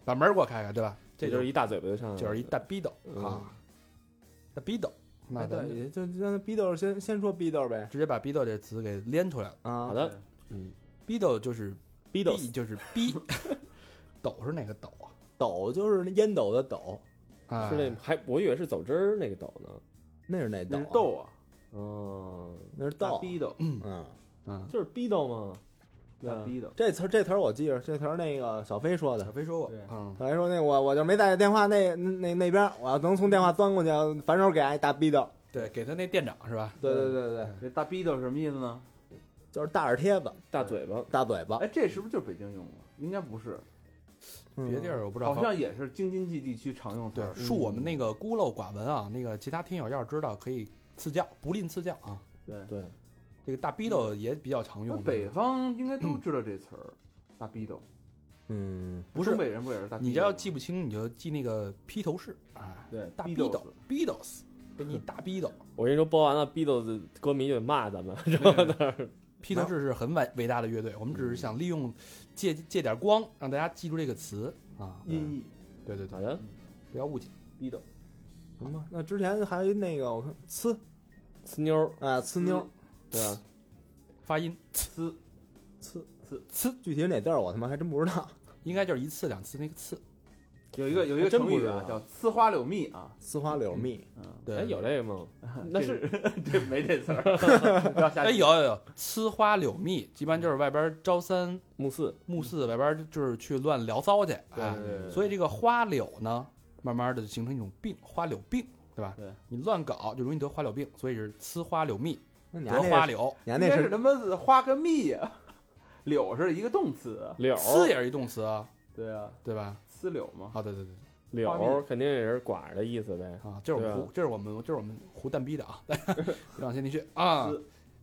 Speaker 2: 把门儿给我开开，对吧？这
Speaker 4: 这就是一大嘴巴就上来了，
Speaker 2: 就是一大逼斗
Speaker 4: 嗯
Speaker 2: 啊，大逼斗，那
Speaker 3: 那
Speaker 2: 咱们
Speaker 3: 哎对，就就让逼豆先先说逼豆呗
Speaker 2: 直接把逼斗这词给连出来了。
Speaker 3: 啊
Speaker 4: 好，的，
Speaker 2: 逼斗就是
Speaker 4: 逼斗
Speaker 2: 逼就是 逼，斗是哪个斗
Speaker 3: 抖就是那烟斗的抖，
Speaker 2: 啊？啊，
Speaker 4: 是那还我以为是走汁儿那个斗呢，
Speaker 3: 那是那
Speaker 5: 那是
Speaker 3: 抖，
Speaker 5: 豆啊，
Speaker 4: 哦，
Speaker 3: 那是
Speaker 5: 大
Speaker 2: 啊
Speaker 3: 抖，
Speaker 5: 逼斗，
Speaker 3: 嗯，
Speaker 2: 嗯，
Speaker 4: 就是逼斗嘛，对
Speaker 5: 大
Speaker 4: 吧？
Speaker 5: 逼斗，
Speaker 3: 这词儿这词儿我记着，这词儿那个小飞说的
Speaker 2: 小。飞说过
Speaker 5: 对，
Speaker 2: 嗯，
Speaker 3: 小飞说那我我就没在电话那那那边，我要能从电话钻过去，反手给挨大逼斗。
Speaker 2: 对，给他那店长是吧？
Speaker 3: 对对对对，
Speaker 5: 这大逼斗是什么意思呢？
Speaker 3: 就是大耳贴子、
Speaker 4: 大嘴巴，
Speaker 3: 大嘴巴。
Speaker 5: 哎，这是不是就是北京用的？应该不是，
Speaker 3: 嗯
Speaker 2: 别地儿我不知道，
Speaker 5: 嗯好像也是京津冀地区常用词
Speaker 2: 对
Speaker 5: 儿。
Speaker 2: 恕我们那个孤陋寡闻啊，那个其他听友要是知道可以赐教，不吝赐教啊。
Speaker 5: 对，
Speaker 4: 对，
Speaker 2: 这个大逼斗也比较常
Speaker 5: 嗯那
Speaker 2: 用，
Speaker 5: 北方应该都知道这词儿，大逼斗。
Speaker 3: 嗯，
Speaker 2: 不是
Speaker 5: 东北人不也是大逼斗吗？
Speaker 2: 你这要记不清，你就记那个披头士啊，
Speaker 5: 对
Speaker 2: 大
Speaker 5: 逼
Speaker 2: 逼
Speaker 5: 斗
Speaker 2: 斗，Beatles，给 你大逼斗。
Speaker 4: 我跟你说，播完了逼斗的歌迷就得骂咱们，知道吗？
Speaker 2: 披头士是很伟伟大的乐队，我们只是想利用借借点光，让大家记住这个词啊。
Speaker 5: 音译
Speaker 2: 对对对，
Speaker 4: 好像
Speaker 2: 不要误解。
Speaker 5: 逼斗，
Speaker 3: 什么？那之前还有那个我看呲
Speaker 4: 呲妞儿，
Speaker 3: 啊呲妞，
Speaker 4: 对吧？
Speaker 2: 发音
Speaker 5: 呲
Speaker 3: 呲
Speaker 5: 呲
Speaker 2: 呲，
Speaker 3: 具体是哪字儿我他妈还真不知道。
Speaker 2: 应该就是一次两次那个次。
Speaker 5: 有一个有一
Speaker 4: 还
Speaker 5: 个
Speaker 4: 真
Speaker 5: 成
Speaker 4: 不
Speaker 5: 语
Speaker 4: 知
Speaker 5: 啊，
Speaker 4: 道
Speaker 5: 叫呲花柳蜜啊。
Speaker 3: 呲花柳蜜，
Speaker 5: 嗯，
Speaker 4: 哎，有这个吗？那是
Speaker 5: 这没这 词儿，不要瞎
Speaker 2: 哎
Speaker 5: 记
Speaker 2: 有有有，呲花柳蜜，一般就是外边朝三
Speaker 4: 木四，
Speaker 2: 暮四，外边就是去乱聊骚去。哎，
Speaker 5: 对
Speaker 2: 所以这个花柳呢，慢慢的就形成一种病，花柳病，对吧？
Speaker 5: 对，
Speaker 2: 你乱搞就容易得花柳病，所以是呲花柳蜜，
Speaker 3: 那你
Speaker 2: 得
Speaker 3: 还
Speaker 2: 花
Speaker 3: 那是
Speaker 2: 柳。
Speaker 3: 你还
Speaker 5: 应
Speaker 3: 那
Speaker 5: 该是
Speaker 3: 是
Speaker 5: 他妈是花跟蜜呀，柳是一个动词，
Speaker 4: 柳儿，
Speaker 2: 呲也是一动词啊，
Speaker 5: 对啊，
Speaker 2: 对吧？
Speaker 5: 呲柳嘛。
Speaker 2: 啊，对对对。
Speaker 4: 柳
Speaker 5: 花
Speaker 4: 儿
Speaker 5: 蜜
Speaker 4: 肯定也是寡儿的意思呗。
Speaker 2: 啊，这是我们
Speaker 4: 对啊
Speaker 2: 胡，这是我们，这是我们胡蛋逼的啊！让先继续啊，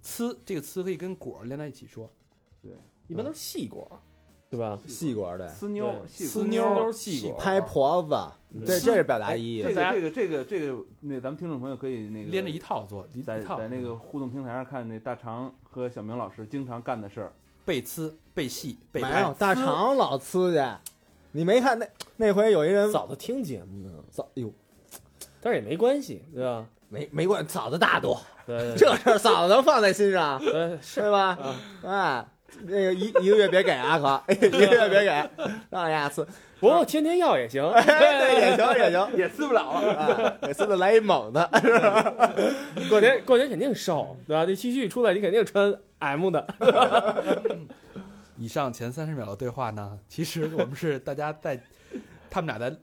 Speaker 2: 呲这个呲可以跟果儿连在一起说，
Speaker 4: 一般都是细果儿，对吧？
Speaker 3: 细管儿的，
Speaker 5: 呲妞
Speaker 4: 对，
Speaker 5: 细
Speaker 2: 呲
Speaker 5: 管
Speaker 2: 妞儿
Speaker 4: 细
Speaker 2: 细
Speaker 4: 管
Speaker 2: 管
Speaker 3: 拍婆子，这这是表达
Speaker 5: 哎
Speaker 3: 意
Speaker 5: 这个
Speaker 3: 义。
Speaker 5: 这个这个这个，那咱们听众朋友可以那个
Speaker 2: 连着一套做，一
Speaker 5: 在
Speaker 2: 一套
Speaker 5: 在那个互动平台上看那大肠和小明老师经常干的事儿，
Speaker 2: 背呲、背戏、背
Speaker 3: 没有
Speaker 2: 拍，
Speaker 3: 大肠老呲去，你没看那那回有一人
Speaker 4: 早都听节目呢，
Speaker 3: 早，哎呦，
Speaker 4: 但是也没关系，对吧？
Speaker 3: 没没管嫂子大度，
Speaker 4: 对对
Speaker 3: 这事儿嫂子能放在心上，
Speaker 4: 对
Speaker 3: 对吧？
Speaker 4: 啊
Speaker 3: 哎，那个一一个月别给啊，可 一个月别给，让人家 呲，
Speaker 4: 不过天天要也行，
Speaker 3: 哎对，也行也行，
Speaker 5: 也撕不了了。
Speaker 3: 啊，每次都来一猛的，
Speaker 4: 过年过年肯定瘦，对吧？这 T 恤出来你肯定穿 M 的，
Speaker 2: 以上前三十秒的对话呢，其实我们是大家在，他们俩在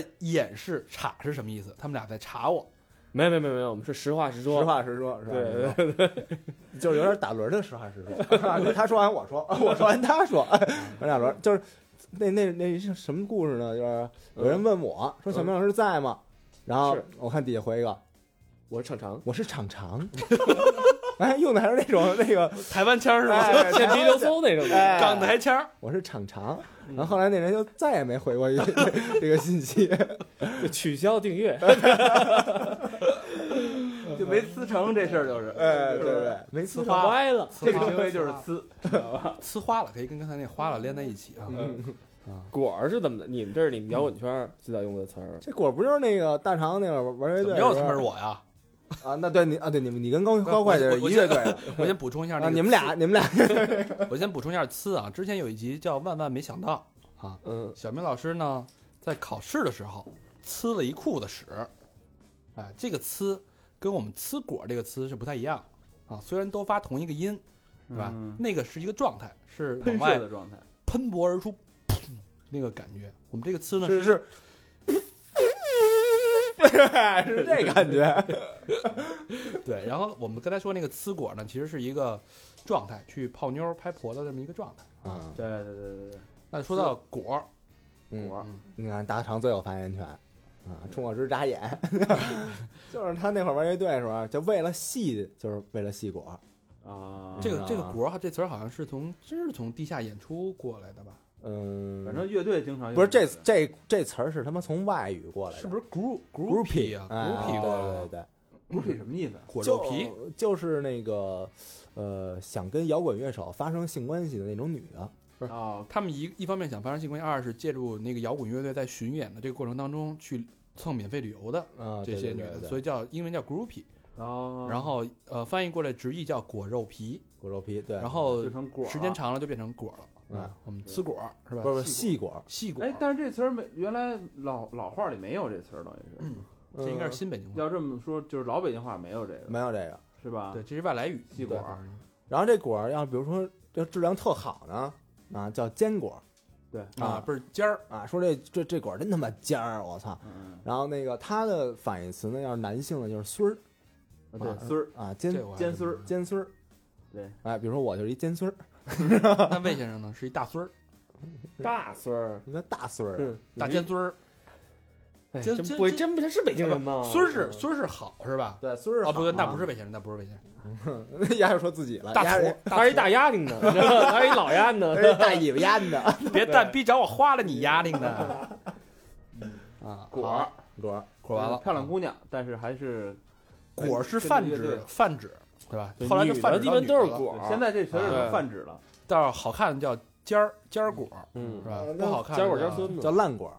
Speaker 2: 在掩饰“查”是什么意思，他们俩在查我。
Speaker 4: 没有没有没有没有，我们是实话实说，
Speaker 3: 实话实说，是吧？
Speaker 4: 对对
Speaker 3: 就是有点打轮的，实话实 说。实话实说他说完我说，我说完他说，我俩轮就是那那那是什么故事呢？就是有人问我说小明老师在吗？然后
Speaker 4: 嗯是
Speaker 3: 我看底下回一个
Speaker 4: 我是常 常，
Speaker 3: 我是厂长，哎，用的还是那种那个
Speaker 2: 台湾腔儿是吗？
Speaker 3: 哎
Speaker 4: 现皮流风那种的，
Speaker 3: 哎
Speaker 2: 港台腔儿，
Speaker 3: 我是厂长。然后后来那人就再也没回过这个信息。
Speaker 4: 就取消订阅，
Speaker 5: 就没撕成这事儿，就是，
Speaker 3: 哎，对对，没
Speaker 2: 呲
Speaker 3: 错。
Speaker 2: 花了，
Speaker 4: 歪了，
Speaker 5: 这个行为就是撕，
Speaker 2: 呲花了，可以跟刚才那花了连在一起啊。
Speaker 3: 嗯
Speaker 4: 果儿是怎么的？你们这是你们摇滚圈最早用的词儿，
Speaker 3: 这果不就是那个大肠那个玩乐队
Speaker 2: 没
Speaker 3: 的
Speaker 2: 有
Speaker 3: 时
Speaker 2: 他
Speaker 3: 候
Speaker 2: 妈是我呀！
Speaker 3: 啊？那对你啊，对你们你跟高高会计是一乐队的
Speaker 2: 我先补充一下那
Speaker 3: 啊？
Speaker 2: 个
Speaker 3: 你们俩你们俩
Speaker 2: 我先补充一下呲啊，之前有一集叫《万万没想到》啊，
Speaker 4: 嗯，
Speaker 2: 小明老师呢在考试的时候呲了一裤子屎，哎，这个呲跟我们呲果这个呲是不太一样啊，虽然都发同一个音，对吧？
Speaker 5: 嗯
Speaker 2: 那个是一个状态，是往
Speaker 5: 喷
Speaker 2: 外
Speaker 5: 射的状态。
Speaker 2: 喷薄而出，那个感觉。我们这个呲呢
Speaker 3: 是是，是这感觉。
Speaker 2: 对，然后我们刚才说那个呲果呢，其实是一个状态，去泡妞儿拍婆子这么一个状态。
Speaker 3: 啊，
Speaker 5: 对对对对对，
Speaker 2: 那说到果儿，
Speaker 3: 嗯，
Speaker 5: 我
Speaker 3: 你看大肠最有发言权啊，冲我直眨眼，就是他那会儿玩乐队的时候，就为了戏，就是为了戏果。
Speaker 5: 啊，
Speaker 2: 这个
Speaker 3: 嗯
Speaker 2: 这个果儿这词儿好像是从真是从地下演出过来的吧？
Speaker 3: 嗯，
Speaker 5: 反正乐队经常用
Speaker 3: 不是这
Speaker 5: 个
Speaker 3: 这这词儿是他妈从外语过来的，
Speaker 2: 是不是 group
Speaker 3: groupie
Speaker 2: 啊
Speaker 3: 哎
Speaker 2: ？groupie 过来
Speaker 3: 对
Speaker 2: 的
Speaker 3: 对对，
Speaker 5: 不是什么意思？啊
Speaker 2: 果
Speaker 3: 就
Speaker 2: 肉皮，
Speaker 3: 就是那个呃，想跟摇滚乐手发生性关系的那种女的。
Speaker 5: 啊，
Speaker 2: 他们一一方面想发生性关系，二是借助那个摇滚乐队在巡演的这个过程当中去蹭免费旅游的
Speaker 3: 啊，
Speaker 2: 这些女的，所
Speaker 3: 以
Speaker 2: 以叫英文叫 groupie，
Speaker 5: 哦，
Speaker 2: 然后呃翻译过来直译叫果肉皮，
Speaker 3: 果肉皮对，
Speaker 2: 然后
Speaker 5: 就成果
Speaker 2: 时间长了就变成果了
Speaker 3: 嗯
Speaker 2: 啊，我们呲果是吧？
Speaker 3: 不是戏果，
Speaker 2: 细果
Speaker 5: 哎，，但是这词儿没原来老老话里没有这词儿，等于
Speaker 4: 嗯
Speaker 5: 是、
Speaker 2: 这应该是新北京话，
Speaker 5: 要这么说，就是老北京话没有这个，
Speaker 3: 嗯没有这个。
Speaker 5: 是吧？
Speaker 2: 对，，这是外来语
Speaker 5: 细果
Speaker 2: 对嗯
Speaker 3: 然后这果儿要比如说这质量特好呢，啊，叫坚果
Speaker 2: 啊，倍儿尖 儿，
Speaker 3: 啊，说这这这果儿真他妈尖儿，我操！
Speaker 5: 嗯，
Speaker 3: 然后那个它的反义词呢，要是男性的就是孙儿
Speaker 5: 嗯对，丝儿，
Speaker 3: 啊，尖
Speaker 2: 这我还
Speaker 5: 尖丝儿
Speaker 2: 真
Speaker 3: 尖孙儿。
Speaker 5: 对，
Speaker 3: 哎，比如说我就是一尖孙儿，
Speaker 2: 不知道。那魏先生呢，是一大孙儿，
Speaker 4: 大孙儿，
Speaker 3: 你叫大孙儿啊，
Speaker 4: 嗯，
Speaker 2: 大尖孙儿，
Speaker 4: 哎，
Speaker 2: 这
Speaker 4: 真
Speaker 2: 这
Speaker 4: 不会
Speaker 2: 这
Speaker 4: 真不是北京人吗？
Speaker 2: 孙儿是孙儿是好是吧？
Speaker 3: 对，孙儿
Speaker 2: 啊，不对，那
Speaker 3: 好
Speaker 2: 不哦是魏先生，那不是魏先生，
Speaker 3: 啊， 丫又说自己了，
Speaker 2: 大
Speaker 3: 丫
Speaker 2: 厨
Speaker 3: 是，
Speaker 4: 他是一大丫丁呢，你知道吗他是一老丫呢，
Speaker 5: 哎
Speaker 3: 那是大尾巴烟的
Speaker 2: 别蛋逼找我花了你丫的呢。啊，
Speaker 5: 果
Speaker 2: 好
Speaker 5: 儿，嗯
Speaker 3: 果儿，啊
Speaker 2: 果完了，
Speaker 5: 漂亮姑娘，但是还是
Speaker 2: 果儿是泛
Speaker 5: 跟着乐
Speaker 2: 指
Speaker 5: 队，
Speaker 2: 泛指，啊对吧
Speaker 4: 对？
Speaker 2: 后来就
Speaker 4: 女
Speaker 2: 泛
Speaker 4: 的
Speaker 2: 指
Speaker 4: 一
Speaker 2: 到
Speaker 4: 般
Speaker 2: 女
Speaker 4: 都是
Speaker 2: 的了
Speaker 4: 果儿，
Speaker 5: 现在这词儿已
Speaker 4: 对
Speaker 2: 哎
Speaker 5: 经泛指了，
Speaker 2: 但是好看的叫尖儿尖儿果儿，
Speaker 4: 嗯
Speaker 2: 是，吧
Speaker 3: 嗯？
Speaker 2: 不好看的
Speaker 4: 家果
Speaker 2: 叫
Speaker 4: 家孙子
Speaker 3: 叫烂果儿，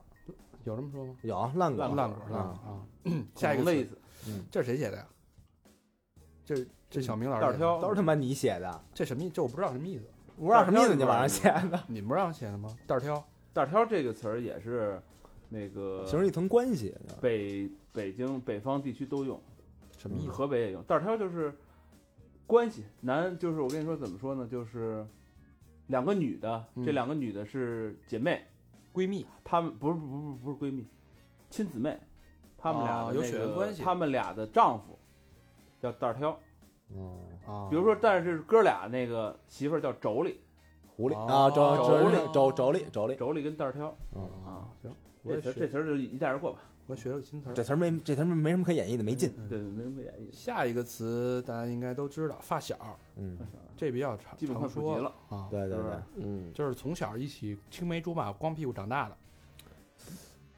Speaker 2: 有这么说吗？
Speaker 3: 有啊烂果
Speaker 5: 烂
Speaker 3: 儿，
Speaker 2: 烂果儿，
Speaker 3: 嗯
Speaker 2: 烂果儿啊。嗯下一
Speaker 5: 恐
Speaker 2: 个
Speaker 5: 龙的
Speaker 2: 词
Speaker 5: 意，思，
Speaker 2: 这是谁写的呀？这这小明老师
Speaker 5: 道
Speaker 2: 写
Speaker 5: 儿
Speaker 2: 的
Speaker 5: 挑
Speaker 3: 都是他妈你写的，
Speaker 2: 这什么意？这我不知道什么意思，
Speaker 3: 我不知道什么意思，
Speaker 5: 道儿
Speaker 3: 你往上写的，
Speaker 2: 你们不让写的吗？袋儿挑
Speaker 5: 大挑这个词儿也是那个
Speaker 3: 形成一层关系，
Speaker 5: 北北京北方地区都用，
Speaker 2: 什么意思？
Speaker 5: 河北也用，大挑就是关系男，就是我跟你说怎么说呢，就是两个女的，
Speaker 2: 嗯
Speaker 5: 这两个女的是姐妹，
Speaker 2: 闺蜜
Speaker 5: 她们不是不是不是不是闺蜜，亲姊妹，她们俩
Speaker 4: 哦
Speaker 2: 啊
Speaker 5: 的
Speaker 2: 有
Speaker 5: 那
Speaker 2: 血缘
Speaker 5: 个
Speaker 2: 关系
Speaker 5: 她们俩的丈夫叫大挑，
Speaker 3: 嗯，
Speaker 2: 啊，
Speaker 5: 比如说，但是哥俩那个媳妇儿叫妯娌，
Speaker 3: 狐狸
Speaker 2: 哦
Speaker 3: 啊，妯
Speaker 5: 妯
Speaker 3: 妯娌妯娌妯娌，
Speaker 5: 妯娌跟大挑
Speaker 3: 嗯
Speaker 5: 啊，
Speaker 2: 行，我
Speaker 5: 这
Speaker 2: 也
Speaker 5: 词
Speaker 2: 学
Speaker 5: 这词儿就一带而过吧。
Speaker 2: 我学了新词儿。
Speaker 3: 这词儿没这词儿没什么可演绎的，没劲。
Speaker 5: 对，没什么 演绎，
Speaker 2: 下一个词大家应该都知道，发小，
Speaker 3: 嗯，
Speaker 2: 这比较常
Speaker 5: 基本快
Speaker 2: 常
Speaker 5: 普
Speaker 2: 说
Speaker 5: 及了。
Speaker 2: 啊，
Speaker 3: 对对
Speaker 5: 是
Speaker 3: 对
Speaker 5: 吧，
Speaker 4: 嗯，
Speaker 2: 就是从小一起青梅竹马、光屁股长大的。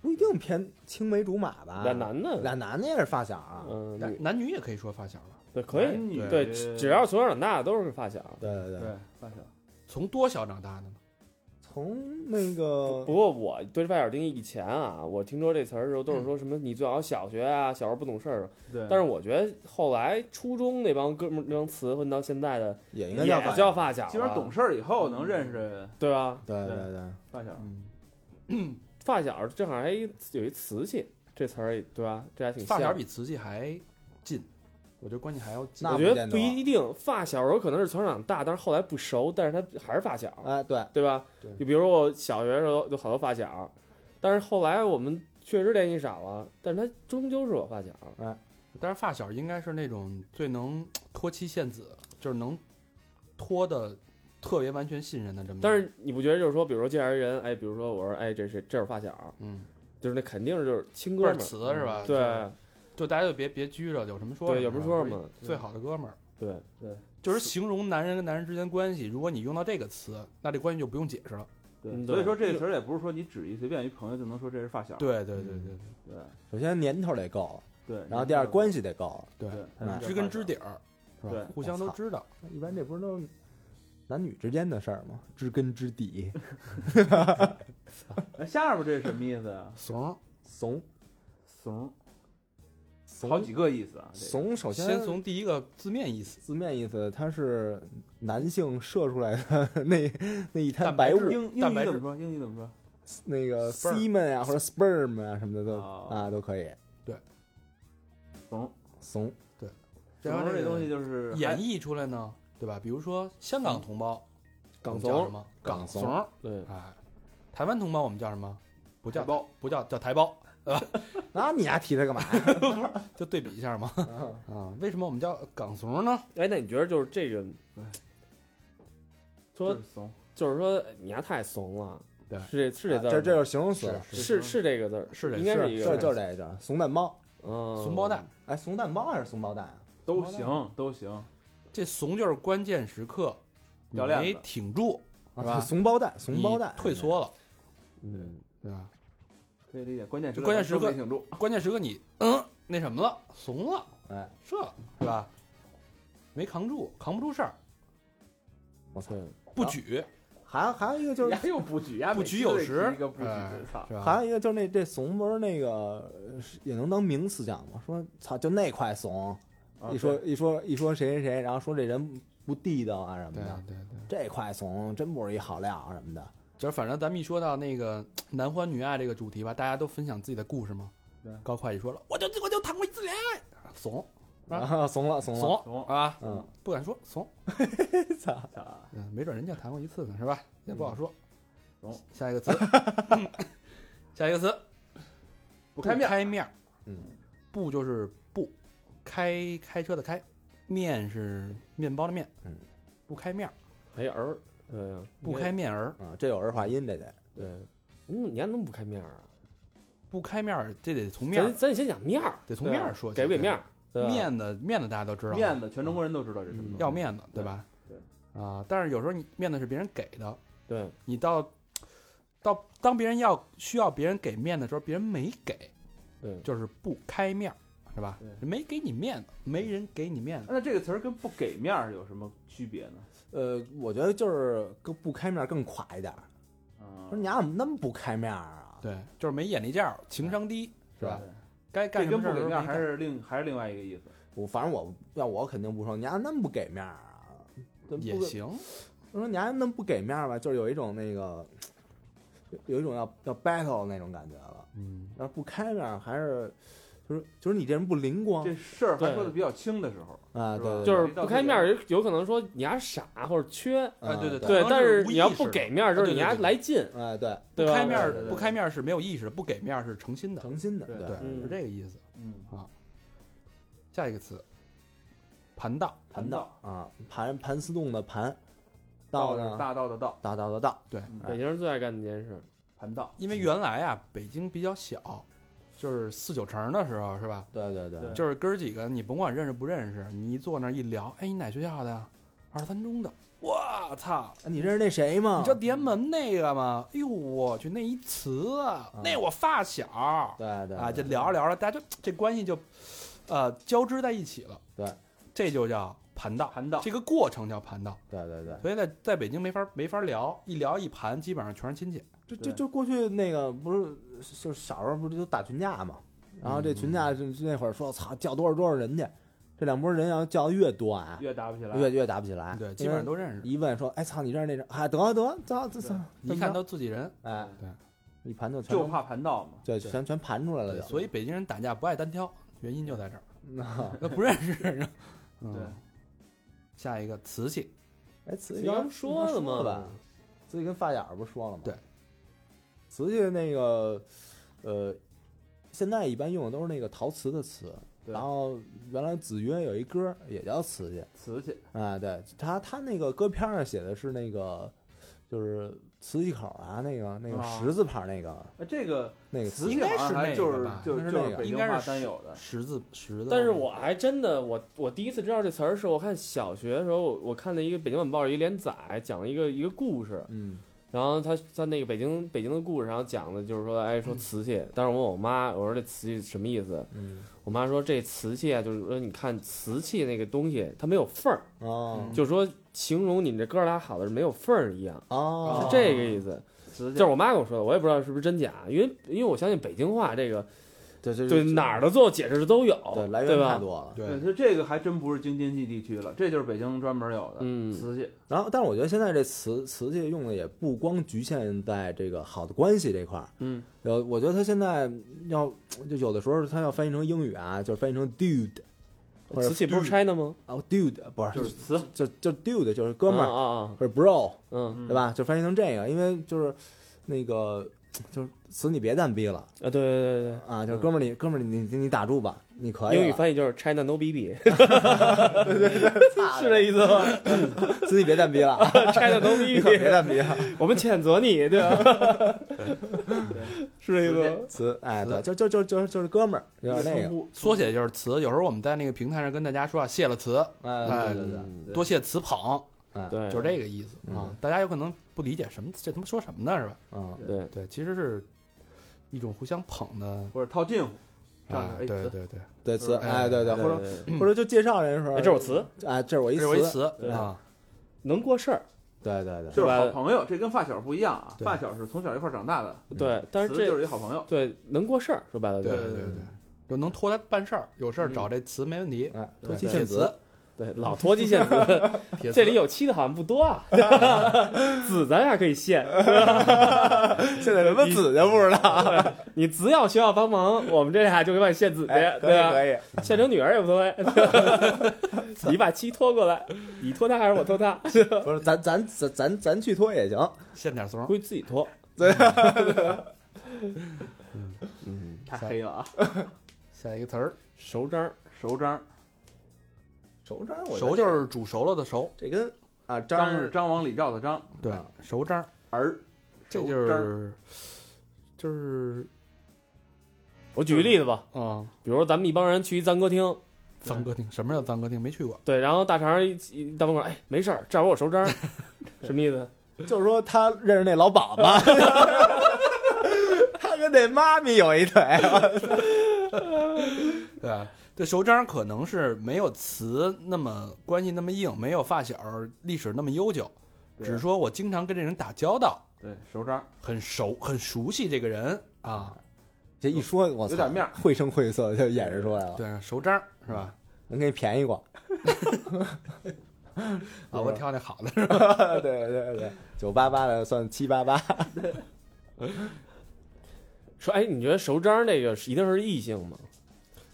Speaker 3: 不一定偏青梅竹马吧？
Speaker 4: 俩男的，
Speaker 3: 俩男的也是发小啊。
Speaker 4: 嗯，
Speaker 2: 但
Speaker 4: 女
Speaker 2: 男女也可以说发小了。
Speaker 4: 对，可以，
Speaker 5: 男女
Speaker 4: 对，只只要从小长大的都是发小。
Speaker 3: 对对对，
Speaker 5: 对发小，
Speaker 2: 从多小长大的呢？
Speaker 3: 从那个
Speaker 4: 不过我对发小定义以前啊，我听说这词儿的时候都是说什么你最好小学啊，小时候不懂事儿。
Speaker 5: 对，
Speaker 4: 但是我觉得后来初中那帮哥们儿那帮词混到现在的
Speaker 3: 也应该
Speaker 4: 也
Speaker 3: 叫
Speaker 4: 叫发小了，
Speaker 5: 基本上懂事儿以后能认识
Speaker 4: 对吧？
Speaker 3: 对对对，
Speaker 5: 发小，
Speaker 2: 嗯，
Speaker 4: 发小正好还有一瓷器，这词儿也对吧？这还挺
Speaker 2: 发
Speaker 4: 像
Speaker 2: 小比瓷器还近，我觉得关系还要近。
Speaker 3: 那
Speaker 4: 我
Speaker 3: 不
Speaker 4: 觉得
Speaker 3: 见得
Speaker 4: 不一定，发小有可能是从小长大，但是后来不熟，但是他还是发小，
Speaker 3: 哎对，
Speaker 4: 对吧？
Speaker 3: 对
Speaker 4: 就比如我小学的时候有好多发小，但是后来我们确实联系少了，但是他终究是我发小。
Speaker 2: 嗯但是发小应该是那种最能托妻献子，就是能托的特别完全信任的这么一个。
Speaker 4: 但是你不觉得就是说，比如说见着一人，哎，比如说我说，哎，这是这是发小，
Speaker 2: 嗯，
Speaker 4: 就是那肯定是就是亲
Speaker 2: 倍
Speaker 4: 哥
Speaker 2: 儿
Speaker 4: 们儿，
Speaker 2: 瓷是吧？
Speaker 4: 对
Speaker 2: 就大家就别别拘着，有什么说
Speaker 4: 对，有
Speaker 2: 什
Speaker 4: 什
Speaker 2: 么
Speaker 4: 么说
Speaker 2: 是
Speaker 4: 什
Speaker 2: 吧
Speaker 4: 么，
Speaker 2: 最好的哥们儿，
Speaker 4: 对，
Speaker 2: 就是形容男人跟男人之间关系。如果你用到这个词，那这关系就不用解释了。
Speaker 5: 对，
Speaker 4: 嗯
Speaker 5: 所以
Speaker 4: 对
Speaker 5: 说这个词儿也不是说你指一随便一朋友就能说这是发小，
Speaker 2: 对对对对
Speaker 5: 对
Speaker 3: 首先年头得够，
Speaker 5: 对，
Speaker 3: 然后第二关
Speaker 5: 系，
Speaker 3: 系得够，
Speaker 2: 对
Speaker 5: 对，
Speaker 3: 嗯
Speaker 2: 知根知底儿，是
Speaker 5: 对
Speaker 2: 吧？互相都知啊道。
Speaker 3: 一般这不是都是男女之间的事儿吗？知根知底，
Speaker 5: 哎，下边这是什么意思啊？
Speaker 2: 怂，
Speaker 3: 怂
Speaker 5: 怂，
Speaker 3: 怂
Speaker 5: 好几个意思啊，这个，
Speaker 3: 怂，首先
Speaker 2: 先从第一个字面意思，
Speaker 3: 字面意思，它是男性射出来的那 那一滩
Speaker 2: 蛋
Speaker 3: 白
Speaker 2: 白
Speaker 3: 雾，
Speaker 2: 质
Speaker 5: 英英
Speaker 2: 蛋
Speaker 5: 语
Speaker 2: 白
Speaker 5: 怎么
Speaker 2: 质
Speaker 5: 说？英语怎么
Speaker 3: 那个
Speaker 2: Sperm
Speaker 3: semen 啊或者 sperm 啊什么的都
Speaker 5: 哦
Speaker 3: 啊都可以。
Speaker 5: 说？怂，
Speaker 3: 怂，
Speaker 5: 怂
Speaker 2: 后
Speaker 5: 这
Speaker 2: 个
Speaker 5: 东西就是哎
Speaker 2: 演
Speaker 5: 还
Speaker 2: 绎出来呢，对吧？比如说香港同胞，
Speaker 4: 港
Speaker 2: 我们叫什
Speaker 4: 怂，
Speaker 2: 么？
Speaker 3: 港
Speaker 2: 港
Speaker 3: 怂
Speaker 2: 怂，
Speaker 4: 对，
Speaker 2: 哎，台湾同胞我们叫什么？不叫
Speaker 5: 台胞，
Speaker 2: 不叫叫台胞，
Speaker 3: 那啊你丫提它干嘛呀？
Speaker 2: 就对比一下嘛。啊，为什么我们叫港怂呢？
Speaker 4: 哎，那你觉得就是这个
Speaker 5: 哎，
Speaker 4: 说
Speaker 5: 就是怂，
Speaker 4: 就是说你丫太怂了，
Speaker 2: 对啊
Speaker 4: 是这是这字儿吗，
Speaker 3: 这这就是形容词，
Speaker 2: 是
Speaker 4: 是是这个字儿，
Speaker 2: 是这
Speaker 4: 应该
Speaker 2: 是
Speaker 4: 一个
Speaker 3: 这
Speaker 4: 字，
Speaker 3: 就是这个怂蛋包。
Speaker 4: 嗯，
Speaker 2: 怂包蛋，
Speaker 3: 哎，怂蛋包还是怂包蛋啊？
Speaker 5: 都行都行，
Speaker 2: 这怂就是关键时刻你
Speaker 5: 掉链
Speaker 2: 没
Speaker 5: 子
Speaker 2: 挺住，是
Speaker 3: 啊，
Speaker 2: 吧
Speaker 3: 怂包蛋，怂
Speaker 2: 你
Speaker 3: 包蛋，
Speaker 2: 退缩了，
Speaker 4: 嗯，
Speaker 2: 对吧？
Speaker 5: 可以理解。关键
Speaker 2: 这关键时刻
Speaker 5: 没挺住，
Speaker 2: 关键时刻你嗯那什么了，怂了，
Speaker 3: 哎，
Speaker 2: 这是吧？没扛住，扛不住事儿，
Speaker 3: 我操！
Speaker 2: 不举
Speaker 3: 还还有一个就是
Speaker 5: 呀
Speaker 2: 哎
Speaker 5: 又不举呀，
Speaker 2: 不
Speaker 5: 每
Speaker 2: 举
Speaker 5: 次
Speaker 2: 有
Speaker 5: 得提
Speaker 2: 时
Speaker 5: 一个不
Speaker 2: 哎
Speaker 5: 举，操，
Speaker 2: 是吧？
Speaker 3: 还有一个就是那这怂不是那个呃是也能当名词讲吗？说操，就那块怂，
Speaker 5: 啊
Speaker 3: 一说一说一说谁谁谁，然后说这人不地道啊什么
Speaker 2: 对
Speaker 3: 的，
Speaker 2: 对对，
Speaker 3: 这块怂真不是一好料啊什么的。
Speaker 2: 就是反正咱们一说到那个男欢女爱这个主题吧，大家都分享自己的故事嘛
Speaker 5: 对。
Speaker 2: 高会计说了，我就我就谈过一次恋爱，怂
Speaker 3: 然
Speaker 2: 啊
Speaker 3: 后怂了怂了，
Speaker 2: 怂
Speaker 5: 怂
Speaker 2: 啊，
Speaker 3: 嗯，
Speaker 2: 不敢说怂，
Speaker 3: 操，
Speaker 5: 操
Speaker 2: 嗯，没准人家谈过一次呢，是吧？也不好说。
Speaker 5: 怂
Speaker 2: 下一个词，下一个词，
Speaker 5: 不开
Speaker 2: 开面
Speaker 5: 面，
Speaker 2: 开面，
Speaker 3: 嗯，
Speaker 2: 布就是布，开开车的开，面是面包的面，
Speaker 3: 嗯，
Speaker 2: 不开面儿，
Speaker 4: 没哎儿，对啊，
Speaker 2: 不开面儿，
Speaker 3: 啊，这有儿化音这得，
Speaker 4: 对，嗯，你还能不开面儿啊？
Speaker 2: 不开面儿，这得从面
Speaker 4: 咱
Speaker 2: 儿，
Speaker 4: 咱先讲面儿，
Speaker 2: 得从
Speaker 4: 对
Speaker 2: 面
Speaker 4: 吧
Speaker 2: 儿说起，
Speaker 4: 给不给面儿？对吧，
Speaker 2: 面子面子大家都知道，
Speaker 5: 啊面子，全中国人都知道这是什
Speaker 4: 嗯
Speaker 5: 么，
Speaker 2: 要面子，对吧？
Speaker 5: 对
Speaker 2: 啊，但是有时候你面子是别人给的，
Speaker 4: 对，
Speaker 2: 你到到当别人要需要别人给面的时候，别人没给，
Speaker 4: 对
Speaker 2: 就是不开面儿，是吧
Speaker 5: 对？
Speaker 2: 没给你面子，没人给你面子，
Speaker 5: 那这个词儿跟不给面儿有什么区别呢？
Speaker 3: 呃，我觉得就是更不开面儿更垮一点儿。
Speaker 5: 嗯
Speaker 3: 说你俩怎么那么不开面儿啊？
Speaker 2: 对，就是没眼力见儿，情商低，是吧？
Speaker 5: 对
Speaker 2: 该干
Speaker 5: 这
Speaker 2: 什
Speaker 5: 跟
Speaker 2: 么事
Speaker 5: 不
Speaker 2: 儿
Speaker 5: 给
Speaker 2: 都
Speaker 5: 面儿
Speaker 2: 没
Speaker 5: 还
Speaker 2: 干
Speaker 5: 是另还是另外一个意思。
Speaker 3: 我反正我要我肯定不说，你俩那么不给面儿啊？这不
Speaker 2: 也
Speaker 3: 给
Speaker 2: 行，
Speaker 3: 我说你还那么不给面儿吧，就是有一种那个，有有一种要要 battle 那种感觉了。
Speaker 2: 嗯，
Speaker 3: 要不开面儿还是，就是就是你这人不灵光
Speaker 5: 这事儿还
Speaker 4: 对
Speaker 5: 说的比较轻的时候，
Speaker 3: 啊，
Speaker 5: 是
Speaker 3: 对，
Speaker 5: 吧
Speaker 3: 对
Speaker 4: 就是
Speaker 5: 对
Speaker 4: 不开面儿，有有可能说你丫傻或者缺，
Speaker 3: 对
Speaker 2: 哎对对
Speaker 3: 啊
Speaker 2: 可
Speaker 4: 对
Speaker 2: 能，
Speaker 4: 但
Speaker 2: 是
Speaker 4: 是
Speaker 2: 无
Speaker 4: 你
Speaker 2: 意
Speaker 4: 要
Speaker 2: 识
Speaker 4: 不给面儿，就是
Speaker 2: 对
Speaker 4: 你
Speaker 2: 对
Speaker 4: 丫
Speaker 2: 对
Speaker 4: 来劲，
Speaker 3: 哎对，
Speaker 4: 对
Speaker 2: 不
Speaker 4: 吧？
Speaker 2: 开面
Speaker 5: 对对
Speaker 2: 儿
Speaker 5: 对
Speaker 2: 不开面儿是没有意识的，不给面儿是诚心的，
Speaker 3: 诚心的，
Speaker 5: 对
Speaker 3: 对，
Speaker 2: 是
Speaker 4: 嗯
Speaker 2: 这个意思。
Speaker 5: 嗯，
Speaker 2: 下一个词，盘道，
Speaker 3: 盘道啊，盘盘丝洞的盘，道
Speaker 5: 是
Speaker 3: 呢，
Speaker 5: 大道的道，
Speaker 3: 大道的道，
Speaker 5: 嗯
Speaker 4: 北京人最爱干的一件事，
Speaker 5: 盘道，嗯
Speaker 2: 因为原来啊北京比较小，就是四九城的时候，是吧？
Speaker 3: 对对对
Speaker 5: 对
Speaker 2: 就是哥儿几个，你甭管认识不认识，你一坐那儿一聊，哎，你哪学校的呀？二三中的。我操！
Speaker 3: 啊你认识那谁吗？
Speaker 2: 你知道地安门那个吗？哎呦我去，那一词啊
Speaker 3: 啊，
Speaker 2: 那我发小啊，
Speaker 3: 对对
Speaker 2: 就聊着聊着，大家就这关系就，呃，交织在一起了。
Speaker 3: 对，
Speaker 2: 这就叫盘道，
Speaker 5: 盘道
Speaker 2: 这个过程叫盘道。
Speaker 3: 对对对，
Speaker 2: 所以在在北京没法没法聊，一聊一盘基本上全是亲戚。
Speaker 3: 就就
Speaker 5: 对
Speaker 3: 就过去那个不是，就是小时候不是就打群架嘛，然后这群架就就那会儿说操叫多少多少人去，这两拨人要叫的越多啊，
Speaker 5: 越打不起来，
Speaker 3: 越越打不起来，
Speaker 2: 对，基本上
Speaker 3: 都
Speaker 2: 都认识，
Speaker 3: 一问说哎操你认识那人，哎得得走走走，
Speaker 2: 一看都自己人。
Speaker 3: 哎
Speaker 2: 对
Speaker 3: 一盘就全
Speaker 5: 就怕盘道嘛。
Speaker 3: 对
Speaker 2: 对
Speaker 3: 全全盘出来了
Speaker 2: 对，
Speaker 3: 就，
Speaker 2: 所以北京人打架不爱单挑，原因就在这儿，
Speaker 3: 那
Speaker 2: 那不认识人。嗯
Speaker 5: 对，
Speaker 2: 下一个瓷器，
Speaker 3: 哎 慈禧
Speaker 4: 你刚
Speaker 3: 刚
Speaker 4: 不说了吗？
Speaker 3: 吧，慈禧跟发小不是说了吗？
Speaker 2: 对，
Speaker 3: 瓷器那个呃，现在一般用的都是那个陶瓷的瓷。
Speaker 5: 对
Speaker 3: 然后原来子曰有一歌也叫瓷器，
Speaker 5: 瓷器，
Speaker 3: 啊，对他他那个歌片儿上写的是那个，就是瓷器口儿啊，那个那个
Speaker 5: 啊
Speaker 3: 十字旁那个
Speaker 5: 呃这个
Speaker 3: 那个
Speaker 5: 瓷
Speaker 3: 瓷
Speaker 5: 器
Speaker 2: 应该
Speaker 5: 好像
Speaker 2: 是
Speaker 5: 还
Speaker 2: 那
Speaker 5: 就
Speaker 2: 个
Speaker 5: 是
Speaker 2: 吧
Speaker 5: 就
Speaker 3: 应该是
Speaker 5: 就
Speaker 3: 那
Speaker 5: 是
Speaker 3: 个
Speaker 5: 北
Speaker 2: 应
Speaker 5: 京
Speaker 2: 该
Speaker 5: 话
Speaker 2: 是
Speaker 5: 单有的，
Speaker 2: 十字十字。
Speaker 4: 但是我还真的，我我第一次知道这词儿是我看小学的时候，我我看了一个北京晚报一连载，讲了一个一个故事，
Speaker 3: 嗯
Speaker 4: 然后他他那个北京北京的故事，然后讲的就是说，哎，说瓷器。当时我问我妈，我说这瓷器什么意思？
Speaker 3: 嗯
Speaker 4: 我妈说这瓷器啊，就是说你看瓷器那个东西，它没有缝儿，
Speaker 3: 哦
Speaker 4: 就是说形容你这哥俩好的是没有缝儿一样，
Speaker 3: 哦，
Speaker 4: 是这个意思。
Speaker 5: 瓷
Speaker 4: 就
Speaker 5: 器
Speaker 4: 是我妈跟我说的，我也不知道是不是真假，因为因为我相信北京话这个
Speaker 3: 对对
Speaker 4: 对哪儿的做解释都有，
Speaker 3: 对来
Speaker 4: 对
Speaker 3: 源太
Speaker 4: 吧？
Speaker 3: 多了。
Speaker 5: 对，
Speaker 2: 对，
Speaker 5: 就这个还真不是京津冀地区了，这就是北京专门有的。
Speaker 4: 嗯
Speaker 5: 瓷器，
Speaker 3: 然后，但是我觉得现在这瓷瓷器用的也不光局限在这个好的关系这块儿，
Speaker 4: 嗯，
Speaker 3: 有我觉得他现在要就有的时候他要翻译成英语啊，就是翻译成 dude 或者
Speaker 4: 瓷器不是 China 吗？
Speaker 3: 哦 dude 不是
Speaker 5: 就是瓷，
Speaker 3: 就就 dude 就是哥们儿
Speaker 4: 啊啊啊，
Speaker 3: 或者 bro
Speaker 4: 嗯
Speaker 5: 嗯
Speaker 3: 对？吧？就翻译成这个，因为就是那个就是词你别蛋逼了
Speaker 4: 啊，对对对
Speaker 3: 啊，就是哥们儿你哥们儿你你你打住吧，你可
Speaker 4: 对，嗯
Speaker 3: 以
Speaker 4: 英语
Speaker 3: 了
Speaker 4: 翻译就是 China no BB，是这 意思吗
Speaker 3: 词你别蛋 逼了，
Speaker 4: ？China no
Speaker 3: 你可别
Speaker 4: BB，
Speaker 3: 蛋逼了，
Speaker 4: 我们谴责你，对吧？ 是这意思吗？
Speaker 3: 词哎对，就就就就就是哥们儿有点那
Speaker 5: 称呼
Speaker 2: 缩写就是瓷。有时候我们在那个平台上跟大家说啊，谢了瓷，
Speaker 3: 个哎对对哎
Speaker 4: 嗯
Speaker 2: 多谢瓷捧，
Speaker 4: 对，
Speaker 2: 就是这个意思
Speaker 3: 嗯
Speaker 2: 啊。大家有可能不理解什么，这他妈说什么呢，是吧？
Speaker 3: 对啊
Speaker 4: 个，对，
Speaker 2: 对，其实是一种互相捧的。
Speaker 5: 或者套近乎，这样
Speaker 2: 啊，
Speaker 5: 的哎
Speaker 2: 对对
Speaker 5: 瓷
Speaker 2: 对，
Speaker 3: 对词哎对对，或者
Speaker 4: 者
Speaker 2: 嗯
Speaker 3: 或者就介绍人的时候，
Speaker 4: 哎，这是我词，
Speaker 3: 哎这是我一
Speaker 2: 这是我一
Speaker 3: 词，
Speaker 2: 词
Speaker 4: 对
Speaker 2: 啊，
Speaker 4: 能过事儿，
Speaker 3: 对对对
Speaker 5: 就是
Speaker 4: 吧
Speaker 5: 好朋友，这跟发小不一样啊，
Speaker 2: 对
Speaker 5: 发小是从小一块儿长大的，
Speaker 4: 对，但是
Speaker 5: 瓷嗯就
Speaker 4: 这
Speaker 5: 是一好朋友。
Speaker 4: 对能过事儿，说白了，
Speaker 2: 对
Speaker 4: 对
Speaker 2: 对对，就能托他办事儿，有事儿
Speaker 4: 嗯
Speaker 2: 找这词没问题。
Speaker 3: 哎
Speaker 5: 对
Speaker 3: 多谢
Speaker 2: 铁
Speaker 3: 谢
Speaker 2: 词
Speaker 3: 词，，
Speaker 4: 对，老脱鸡线子，
Speaker 2: 铁瓷
Speaker 4: 这里有七的好像不多啊，子咱俩可以限，
Speaker 3: 现在什么子就不知道，
Speaker 4: 你只要需要帮忙，我们这俩就给把你限子去，
Speaker 3: 哎可
Speaker 4: 对
Speaker 3: 以
Speaker 4: 吧？
Speaker 3: 可以，
Speaker 4: 现成女儿也无所谓，你把七拖过来，你拖她还是我拖她？
Speaker 3: 不是咱咱咱咱咱去拖也行，
Speaker 2: 现点怂。
Speaker 4: 估计自己拖。 嗯
Speaker 5: 太黑了啊！
Speaker 2: 下一个词儿，
Speaker 4: 熟章儿，
Speaker 5: 熟章，
Speaker 3: 熟章我
Speaker 2: 熟就是煮熟了的熟，
Speaker 3: 这跟啊
Speaker 5: 张
Speaker 3: 章
Speaker 5: 是张王李赵的张，
Speaker 2: 对
Speaker 3: 啊，
Speaker 2: 熟章儿，
Speaker 5: 儿
Speaker 2: 这
Speaker 5: 熟
Speaker 2: 就
Speaker 5: 章
Speaker 2: 是就是
Speaker 4: 我举个例子吧，
Speaker 2: 啊，
Speaker 4: 比如咱们一帮人去一脏歌厅，
Speaker 2: 脏歌厅，什么叫脏歌厅？没去过，
Speaker 4: 对，然后大肠儿一一到门口，哎，没事儿，这儿我有熟 章儿，什么意思？
Speaker 3: 就是说他认识那老鸨子， 他跟那妈咪有一腿。
Speaker 2: 对。这熟章儿可能是没有词那么关系那么硬，没有发小历史那么悠久，只
Speaker 5: 对
Speaker 2: 是说我经常跟这人打交道，
Speaker 5: 对熟章，
Speaker 2: 很熟很熟悉这个人啊。
Speaker 3: 这一说，我操
Speaker 5: 有点面儿
Speaker 3: 绘声绘色就演示出来了，
Speaker 2: 对，啊熟章儿是吧？
Speaker 3: 能给你便宜过。
Speaker 2: 啊，我挑那好的。
Speaker 3: 对对对对，九八八的算七八八，
Speaker 4: 说，哎，你觉得熟章儿那个是一定是异性吗？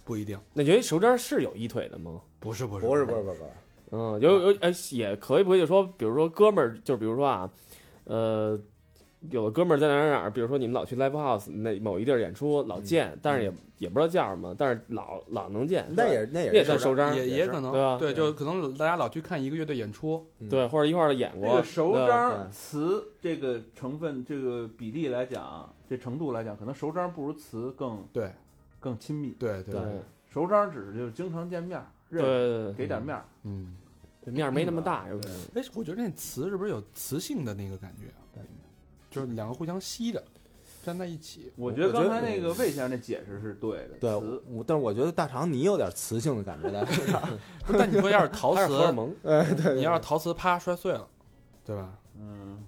Speaker 2: 不一定，
Speaker 4: 那你觉得熟章儿是有一腿的吗？
Speaker 2: 不是不是
Speaker 3: 不是不是不是不是，
Speaker 4: 嗯，有有哎，也可以不会就说，比如说哥们儿，就比如说啊，呃，有的哥们儿在哪儿哪儿哪儿，比如说你们老去 live house 那某一地儿演出，
Speaker 3: 嗯
Speaker 4: 老见，但是也也不知道叫什么，但是老老能见，
Speaker 3: 那也那
Speaker 4: 那
Speaker 3: 也
Speaker 4: 也
Speaker 3: 是
Speaker 4: 算收章，
Speaker 2: 也
Speaker 3: 也
Speaker 2: 也
Speaker 3: 是
Speaker 2: 可能
Speaker 4: 对吧
Speaker 2: 对，啊就可能大家老去看一个乐队演出，
Speaker 4: 对，或者一块儿演
Speaker 5: 这
Speaker 4: 过
Speaker 5: 个，熟
Speaker 3: 对对
Speaker 5: 章词这个成分这个比例来讲，这程度来讲，可能熟章不如词更
Speaker 2: 对，
Speaker 5: 更亲密。
Speaker 2: 对对
Speaker 4: 对
Speaker 5: 首长只是就是经常见面儿，
Speaker 4: 对
Speaker 5: 认识
Speaker 4: 对，
Speaker 5: 给点面儿，
Speaker 2: 嗯。
Speaker 4: 对面儿没那么大，有可
Speaker 3: 嗯
Speaker 4: 能。
Speaker 2: 哎，我觉得那词是不是有磁性的那个感觉啊？就是两个互相吸着，粘在一 起。
Speaker 5: 我觉得刚才
Speaker 3: 我觉得
Speaker 5: 那个魏先生那解释是对的，
Speaker 3: 对，
Speaker 5: 词
Speaker 3: 我但是我觉得大肠你有点磁性的感觉在，
Speaker 2: 不是但你说要是陶
Speaker 4: 还是荷尔
Speaker 2: 瓷，
Speaker 4: 蒙，
Speaker 2: 你要是陶瓷啪摔碎了，对吧？
Speaker 5: 嗯，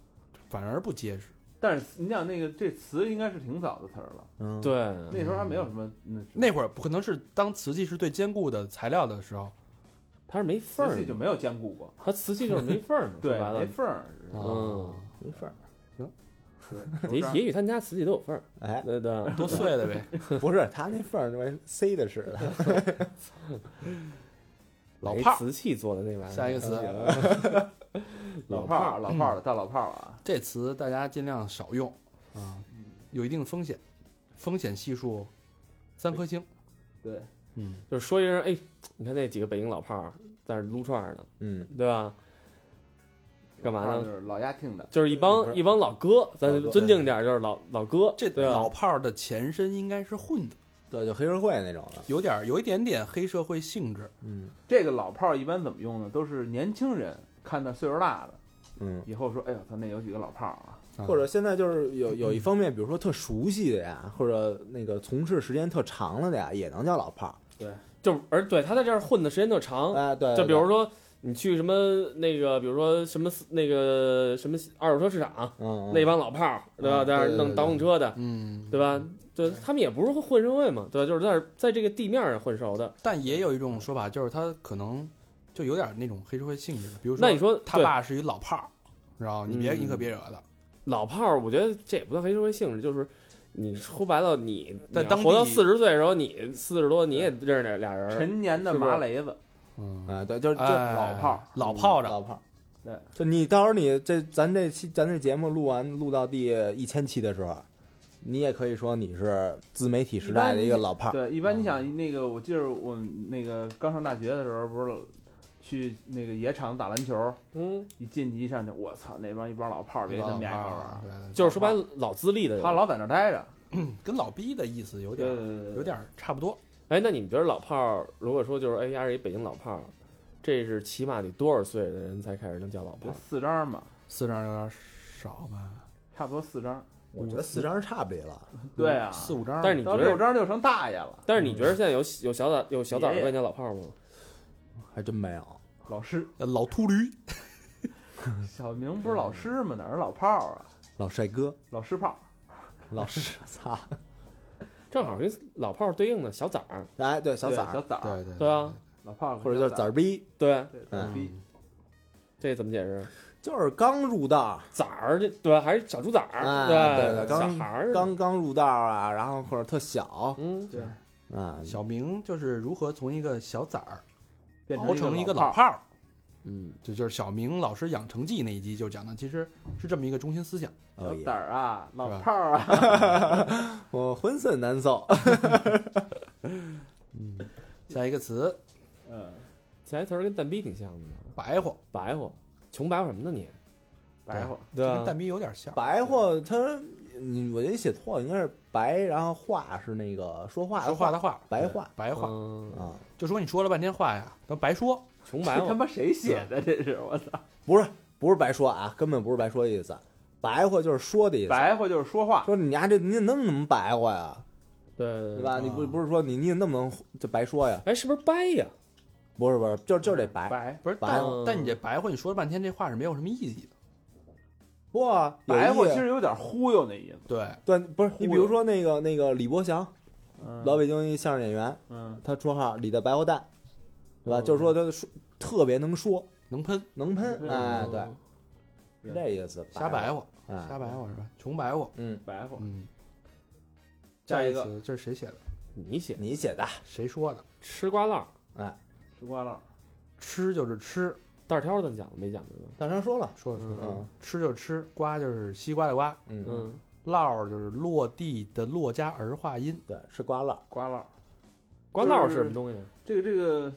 Speaker 2: 反而不结实。
Speaker 5: 但是你想那个这词应该是挺早的词儿了，
Speaker 3: 嗯，
Speaker 4: 对，
Speaker 5: 那时候还没有什么那
Speaker 2: 那会儿不可能是当瓷器是最坚固的材料的时候，
Speaker 4: 它是没缝
Speaker 5: 瓷
Speaker 4: 儿
Speaker 5: 器就
Speaker 4: 的，
Speaker 5: 没有坚固过，
Speaker 4: 它瓷器就是没缝儿的，
Speaker 5: 对，
Speaker 4: 说白
Speaker 5: 没
Speaker 4: 了，
Speaker 5: 缝儿，
Speaker 2: 啊
Speaker 4: 嗯，
Speaker 3: 没法儿。
Speaker 5: 对，
Speaker 4: 也
Speaker 5: 首长
Speaker 4: 也许他们家瓷器都有缝儿，
Speaker 3: 哎，
Speaker 4: 对对，
Speaker 2: 多碎的 呗。
Speaker 3: 不是，他那缝儿那玩意儿塞的似的。
Speaker 2: 老
Speaker 4: 没
Speaker 2: 炮儿，
Speaker 4: 瓷器做的那玩意儿，
Speaker 2: 下一个词，
Speaker 4: 啊
Speaker 5: 老炮儿，老炮儿了，大老炮儿了啊，
Speaker 2: 这词大家尽量少用啊，
Speaker 4: 嗯
Speaker 2: 有一定风险，风险系数三颗星。
Speaker 5: 对，
Speaker 2: 嗯，
Speaker 4: 就是说一声，哎，你看那几个北京老炮儿在那儿撸串儿呢，
Speaker 3: 嗯，
Speaker 4: 对吧？干嘛
Speaker 5: 老炮儿
Speaker 4: 呢？
Speaker 5: 就是老丫听的，
Speaker 4: 就是一帮一帮老哥，咱
Speaker 3: 老哥
Speaker 4: 尊敬点儿，就是老老哥，
Speaker 2: 这
Speaker 4: 对啊吧
Speaker 2: 老？炮儿的前身应该是混的，
Speaker 3: 对，就黑社会那种的。
Speaker 2: 有点儿有一点点黑社会性质。
Speaker 3: 嗯
Speaker 5: 这个老炮儿一般怎么用呢？都是年轻人看到岁数大的
Speaker 3: 嗯，
Speaker 5: 以后说，哎呦，他那有几个老炮儿啊，
Speaker 2: 啊
Speaker 3: 或者现在就是有有一方面，比如说特熟悉的呀，或者那个从事时间特长了的呀，也能叫老炮
Speaker 4: 就是而对他在这儿混的时间就
Speaker 3: 儿。
Speaker 4: 长，
Speaker 3: 哎，对，
Speaker 4: 哦就比如
Speaker 3: 说，
Speaker 4: 说你去什么那个，比如说什么那个什么二手车市场，
Speaker 3: 嗯，
Speaker 4: 那帮老炮儿，对吧？
Speaker 3: 嗯
Speaker 4: 在那儿
Speaker 3: 对对
Speaker 4: 弄
Speaker 3: 对
Speaker 4: 倒腾车的，
Speaker 2: 嗯，
Speaker 4: 对吧？对，他们也不是混社会嘛，对吧？就是在这儿在这个地面上混熟的。
Speaker 2: 但也有一种说法，就是他可能就有点那种黑社会性质，比如说，
Speaker 4: 那你说
Speaker 2: 他
Speaker 4: 对
Speaker 2: 爸是一老炮儿，然后你别、
Speaker 4: 嗯
Speaker 2: 你可别惹他。
Speaker 4: 老炮儿，我觉得这也不算黑社会性质，就是你说白了，你
Speaker 2: 在
Speaker 4: 你
Speaker 2: 当地
Speaker 4: 活到四十岁的时候，你四十多，你也认识俩俩人儿，
Speaker 5: 陈年的
Speaker 4: 是不呃是
Speaker 5: 麻雷子，
Speaker 2: 嗯，
Speaker 3: 啊，对，就是就
Speaker 2: 哎
Speaker 5: 老炮儿
Speaker 2: 老炮着，
Speaker 3: 嗯老炮儿。
Speaker 5: 对，
Speaker 3: 就你到时候你这咱这期咱这节目录完录到第一千期的时候，你也可以说你是自媒体时代的一个老炮儿。
Speaker 5: 对，一般你想那个，我记得我们那个刚上大学的时候，不是去那个野场打篮球，
Speaker 4: 嗯，
Speaker 5: 一进去一上去，我操，那帮一帮老炮儿，别他
Speaker 2: 老
Speaker 5: 们
Speaker 2: 炮
Speaker 5: 爱好
Speaker 2: 儿
Speaker 5: 玩，，
Speaker 2: 对
Speaker 4: 就是说白了老资历的
Speaker 5: 他
Speaker 4: 人。
Speaker 5: 老在那儿待着，
Speaker 2: 跟老逼的意思有点
Speaker 5: 对
Speaker 2: 儿
Speaker 5: 对对，
Speaker 2: 有点儿差不多。
Speaker 4: 哎，那你们觉得老炮儿，如果说就是哎呀是一北京老炮儿，这是起码得多少岁的人才开始能叫老炮
Speaker 5: 就
Speaker 4: 儿？
Speaker 5: 四张嘛，
Speaker 2: 四张有点少吧？
Speaker 5: 差不多四张，
Speaker 3: 我觉得四张是差不离了。
Speaker 5: 对啊，
Speaker 2: 四五张。
Speaker 4: 但是你觉
Speaker 5: 到六
Speaker 4: 得，
Speaker 5: 张就成大爷了，
Speaker 4: 但是你觉得现在有有小崽有小崽
Speaker 5: 爷
Speaker 4: 儿
Speaker 5: 爷
Speaker 4: 管你叫老炮儿吗？
Speaker 3: 还真没有。
Speaker 5: 老师，
Speaker 2: 呃老秃驴，
Speaker 5: 小明不是老师吗？哪儿是老炮儿啊？
Speaker 3: 老帅哥，
Speaker 5: 老师炮，
Speaker 3: 老师，操！
Speaker 4: 正好跟老炮儿对应的小崽儿，
Speaker 3: 哎，对，小
Speaker 5: 对
Speaker 3: 崽儿
Speaker 5: 小崽儿，
Speaker 2: 对对
Speaker 4: 对啊，
Speaker 5: 老炮儿
Speaker 3: 或者叫崽
Speaker 5: 儿，
Speaker 3: 儿逼，
Speaker 4: 对，
Speaker 5: 对，崽
Speaker 3: 嗯
Speaker 5: 儿逼，
Speaker 4: 这怎么解释？
Speaker 3: 就是刚入道，
Speaker 4: 崽儿这对吧？还是小猪崽儿，
Speaker 3: 哎对对
Speaker 4: 小
Speaker 3: 刚
Speaker 4: 孩儿，
Speaker 3: 刚刚入道啊，然后或者特小
Speaker 4: 嗯，
Speaker 3: 啊，
Speaker 2: 小明就是如何从一个小崽儿
Speaker 5: 变
Speaker 2: 熬成
Speaker 5: 一
Speaker 2: 一个
Speaker 5: 老
Speaker 2: 老
Speaker 5: 炮儿，
Speaker 2: 炮儿。
Speaker 4: 嗯，
Speaker 2: 这就是小明老师养成记那一集就讲的，其实是这么一个中心思想。
Speaker 3: 哦
Speaker 5: 小
Speaker 3: 耶
Speaker 5: 崽儿啊，
Speaker 2: 是
Speaker 5: 老
Speaker 2: 吧
Speaker 5: 炮儿啊，
Speaker 3: 我浑身难受。
Speaker 2: 嗯下一个词，
Speaker 5: 嗯，
Speaker 4: 前一词儿跟蛋逼挺像的，
Speaker 2: 白活，
Speaker 4: 白活，穷白活什么呢你？
Speaker 5: 白活，
Speaker 4: 对
Speaker 2: 跟蛋逼有点像。
Speaker 3: 白话他，你我觉得写错了，应该是白，然后话是那个说话
Speaker 2: 说
Speaker 3: 的
Speaker 2: 话的话，
Speaker 3: 白话
Speaker 2: 白话，
Speaker 4: 嗯，
Speaker 3: 啊，
Speaker 2: 就说你说了半天话呀，都白说。
Speaker 4: 穷白
Speaker 5: 这他
Speaker 4: 活，
Speaker 5: 妈谁写的？这是我操，
Speaker 3: 不是不是白说啊，根本不是白说的意思，白话就是说的意思。
Speaker 5: 白活就是说话，
Speaker 3: 说你丫这你怎么那么白话呀，
Speaker 4: 对
Speaker 3: 对
Speaker 4: 对？
Speaker 3: 吧？你不不是说你你怎么那么能就白说呀？
Speaker 4: 哎，是不是掰呀？
Speaker 3: 不是不是，就就这白。
Speaker 5: 白
Speaker 2: 不是，
Speaker 3: 白
Speaker 2: 但
Speaker 4: 话
Speaker 2: 但你这白话，你说了半天这话是没有什么意义的。
Speaker 3: 不啊，有
Speaker 5: 白活
Speaker 3: 意
Speaker 5: 其
Speaker 3: 思
Speaker 5: 实有点忽悠那意思，
Speaker 2: 对，
Speaker 3: 对，不是你比
Speaker 5: 忽
Speaker 3: 如
Speaker 5: 悠
Speaker 3: 说那个那个李伯祥，
Speaker 5: 嗯
Speaker 3: 老北京一相声演员，
Speaker 5: 嗯，
Speaker 3: 他绰号李的白活蛋，对吧？就是说他说特别能说，
Speaker 2: 能喷，
Speaker 3: 能喷，
Speaker 5: 嗯
Speaker 3: 哎，
Speaker 4: 嗯
Speaker 3: 对，是这意思。
Speaker 2: 瞎白话，
Speaker 3: 话，哎
Speaker 2: 瞎白话是吧？穷白话。
Speaker 3: 嗯，
Speaker 5: 白活，
Speaker 2: 嗯，
Speaker 5: 下一
Speaker 2: 个
Speaker 5: 个
Speaker 2: 词这是谁写的？
Speaker 4: 你写
Speaker 3: 你写的，
Speaker 2: 谁说的？
Speaker 4: 吃瓜烂儿，
Speaker 5: 吃瓜了，
Speaker 2: 吃就是吃，
Speaker 4: 蛋儿挑儿怎么讲的？没讲呢。
Speaker 3: 大成说了，
Speaker 2: 说的说的，
Speaker 3: 嗯
Speaker 2: 吃就是吃，瓜就是西瓜的瓜，
Speaker 3: 嗯，
Speaker 4: 嗯，
Speaker 2: 落儿就是落地的落加儿化音。
Speaker 3: 对，吃瓜了，
Speaker 5: 瓜了。
Speaker 4: 瓜烂儿是什么东西？啊
Speaker 5: 这个这个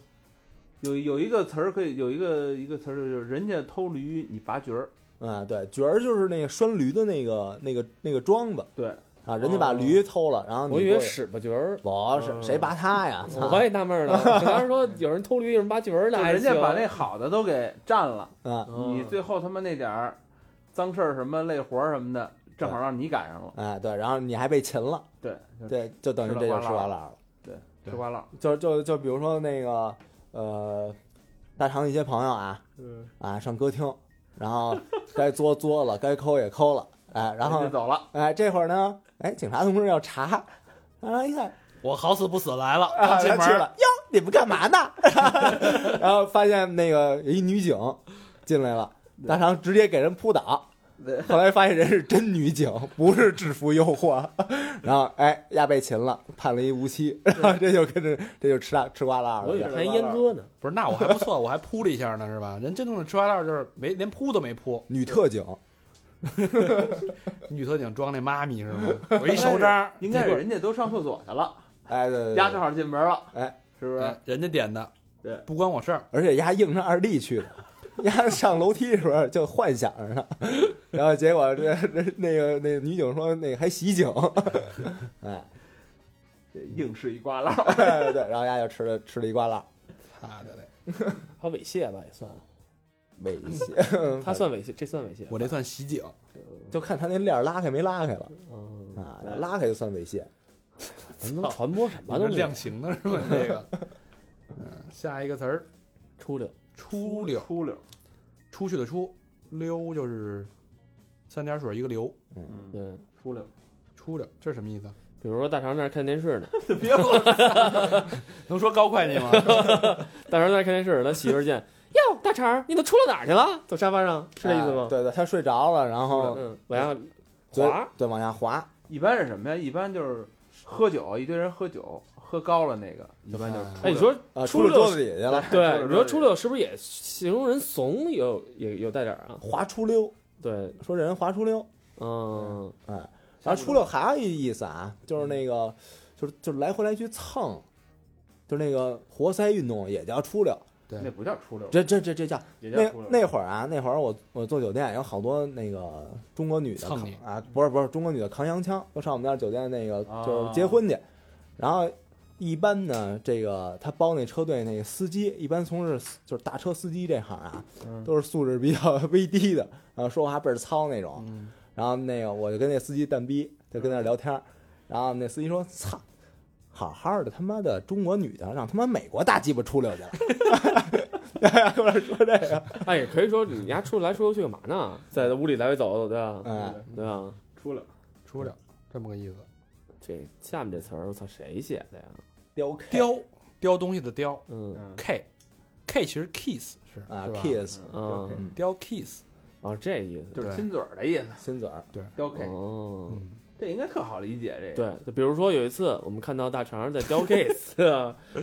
Speaker 5: 有有一个词儿可以有一个一个词儿就是人家偷驴你拔橛儿，
Speaker 3: 啊，对，角儿就是那个拴驴的那个那个那个桩子，
Speaker 5: 对，
Speaker 3: 啊，人家把驴偷了，然后你
Speaker 4: 我以为
Speaker 3: 过去，啊
Speaker 4: 屎巴角儿，
Speaker 3: 我是谁拔他呀？操
Speaker 4: 我也纳闷儿了，可能是说有人偷驴，有人拔角儿
Speaker 5: 就
Speaker 4: 的，
Speaker 5: 人家
Speaker 4: 还行
Speaker 5: 把 那好的都给占了，
Speaker 3: 啊，
Speaker 4: 嗯
Speaker 5: 你最后他妈那点儿脏事儿什么累活儿什么的，正好让你赶上了，
Speaker 3: 哎，对，然后你还被擒了，
Speaker 5: 对，就
Speaker 3: 对，就等于这就吃完了。
Speaker 5: 吃瓜了，
Speaker 3: 就就就比如说那个呃，大肠一些朋友啊
Speaker 4: 嗯
Speaker 3: 啊上歌厅，然后该作作了，该抠也抠了，哎，然后
Speaker 5: 人家走了，
Speaker 3: 哎这会儿呢，哎警察同志要查，然后一看
Speaker 2: 我好死不死来了，
Speaker 3: 啊，
Speaker 2: 刚进
Speaker 3: 他
Speaker 2: 门
Speaker 3: 去了，哟，你们干嘛呢？ 然后发现那个有一女警进来了，大肠直接给人扑倒。
Speaker 5: 对
Speaker 3: 后来发现人是真女警，不是制服诱惑， 然后哎，丫被擒了，判了一无期，然后这就跟着这就吃大吃瓜拉
Speaker 4: 我以为
Speaker 3: 了。
Speaker 4: 还阉割呢，
Speaker 2: 不是，那我还不错，我还扑了一下呢，是吧？人真正的吃瓜蛋就是没连扑都没扑，
Speaker 3: 女特警，
Speaker 2: 女特警装那妈咪是吗？我一手张，
Speaker 5: 应该是人家都上厕所去了，
Speaker 3: 哎对对
Speaker 5: 丫正
Speaker 3: 对，
Speaker 5: 好进门了，
Speaker 3: 哎，
Speaker 5: 是不是？
Speaker 2: 哎人家点的，
Speaker 5: 对
Speaker 2: 不关我事儿。
Speaker 3: 而且丫硬上二弟去 的，丫上楼梯的时候就幻想着呢， 然后结果这这那个那个女警说那个还袭警， 哎，
Speaker 5: 硬是一瓜了，
Speaker 3: 对对，然后丫就吃了吃了一瓜辣，
Speaker 2: 擦的嘞，
Speaker 4: 他猥亵吧也算，
Speaker 3: 猥亵，
Speaker 4: 他算猥亵，这算猥亵，
Speaker 2: 我这算袭警，
Speaker 3: 就看他那链儿拉开没拉开了
Speaker 4: 嗯，
Speaker 3: 啊，拉开就算猥亵。
Speaker 4: 咱们传播什么
Speaker 2: 完了
Speaker 4: 东西？
Speaker 2: 量刑的是吧？这个，嗯，下一个词儿
Speaker 4: 出溜，
Speaker 2: 出溜，
Speaker 5: 出溜，
Speaker 2: 出去的出，溜就是三点水一个流，
Speaker 5: 嗯，
Speaker 4: 对，
Speaker 5: 出溜，
Speaker 2: 出溜，这是什么意思？
Speaker 4: 比如说大肠那儿看电视呢，
Speaker 5: 别我
Speaker 2: 能说高会计吗？
Speaker 4: 大肠在那儿看电视，他媳妇儿见，哟，大肠你都出了哪儿去了？走沙发上，是这意思
Speaker 3: 啊
Speaker 4: 吗？
Speaker 3: 对对，他睡着了，然后
Speaker 4: 嗯，我要
Speaker 3: 嘴
Speaker 4: 滑，
Speaker 3: 对往下滑，
Speaker 5: 一般是什么呀？一般就是喝酒，一堆人喝酒，喝高了那个，一般就是出溜哎
Speaker 4: 哎，你说出
Speaker 3: 啊，出了
Speaker 4: 溜
Speaker 3: 桌子底下去了，
Speaker 4: 对，你说
Speaker 5: 出
Speaker 4: 出
Speaker 5: 溜
Speaker 4: 溜是不是也形容人怂有有有带点儿啊？
Speaker 3: 滑出溜，
Speaker 4: 对，
Speaker 3: 说这人滑出溜，
Speaker 4: 嗯，
Speaker 3: 然后出溜还有一意思啊，就是那个，就是就是来回来去蹭，就是那个活塞运动也叫出溜，
Speaker 5: 那不叫出溜，
Speaker 3: 这这这这叫
Speaker 5: 也叫
Speaker 3: 那
Speaker 5: 出溜，
Speaker 3: 那会儿啊，那会儿我我做酒店有好多那个中国女的
Speaker 2: 蹭
Speaker 3: 扛
Speaker 2: 你
Speaker 3: 啊，不是不是中国女的扛洋枪，都上我们家酒店那个
Speaker 5: 啊
Speaker 3: 就是结婚去，然后一般呢，这个他包那车队那个司机，一般从事就是大车司机这行啊，
Speaker 5: 嗯
Speaker 3: 都是素质比较 微低的，然后说话倍儿糙那种，
Speaker 2: 嗯，
Speaker 3: 然后那个我就跟那司机蛋逼就跟那儿聊天儿，然后那司机说操。好好的，他妈的中国女的，让他妈美国大鸡巴出溜去了。跟我说这个，
Speaker 4: 哎，也可以说你丫出来出去干嘛呢？在屋里来回走走，对吧？
Speaker 3: 嗯，
Speaker 4: 对啊，
Speaker 5: 出溜，
Speaker 2: 出溜，这么个意思。
Speaker 4: 这下面这词儿，我操，谁写的呀？
Speaker 3: 雕刻
Speaker 2: 叼叼东西的叼
Speaker 4: 嗯
Speaker 5: 嗯，
Speaker 2: ，k k 其实 kiss 是
Speaker 3: 啊
Speaker 2: 是吧
Speaker 3: ，kiss
Speaker 4: 啊
Speaker 5: 嗯
Speaker 2: 叼 kiss，
Speaker 4: 哦，这意思，
Speaker 5: 就是亲嘴儿的意思，
Speaker 3: 亲嘴儿，
Speaker 5: 雕 K，
Speaker 4: 哦，
Speaker 2: 嗯，
Speaker 5: 这应该特好理解，这个。
Speaker 4: 对，就比如说有一次我们看到大肠在雕 case，
Speaker 2: 就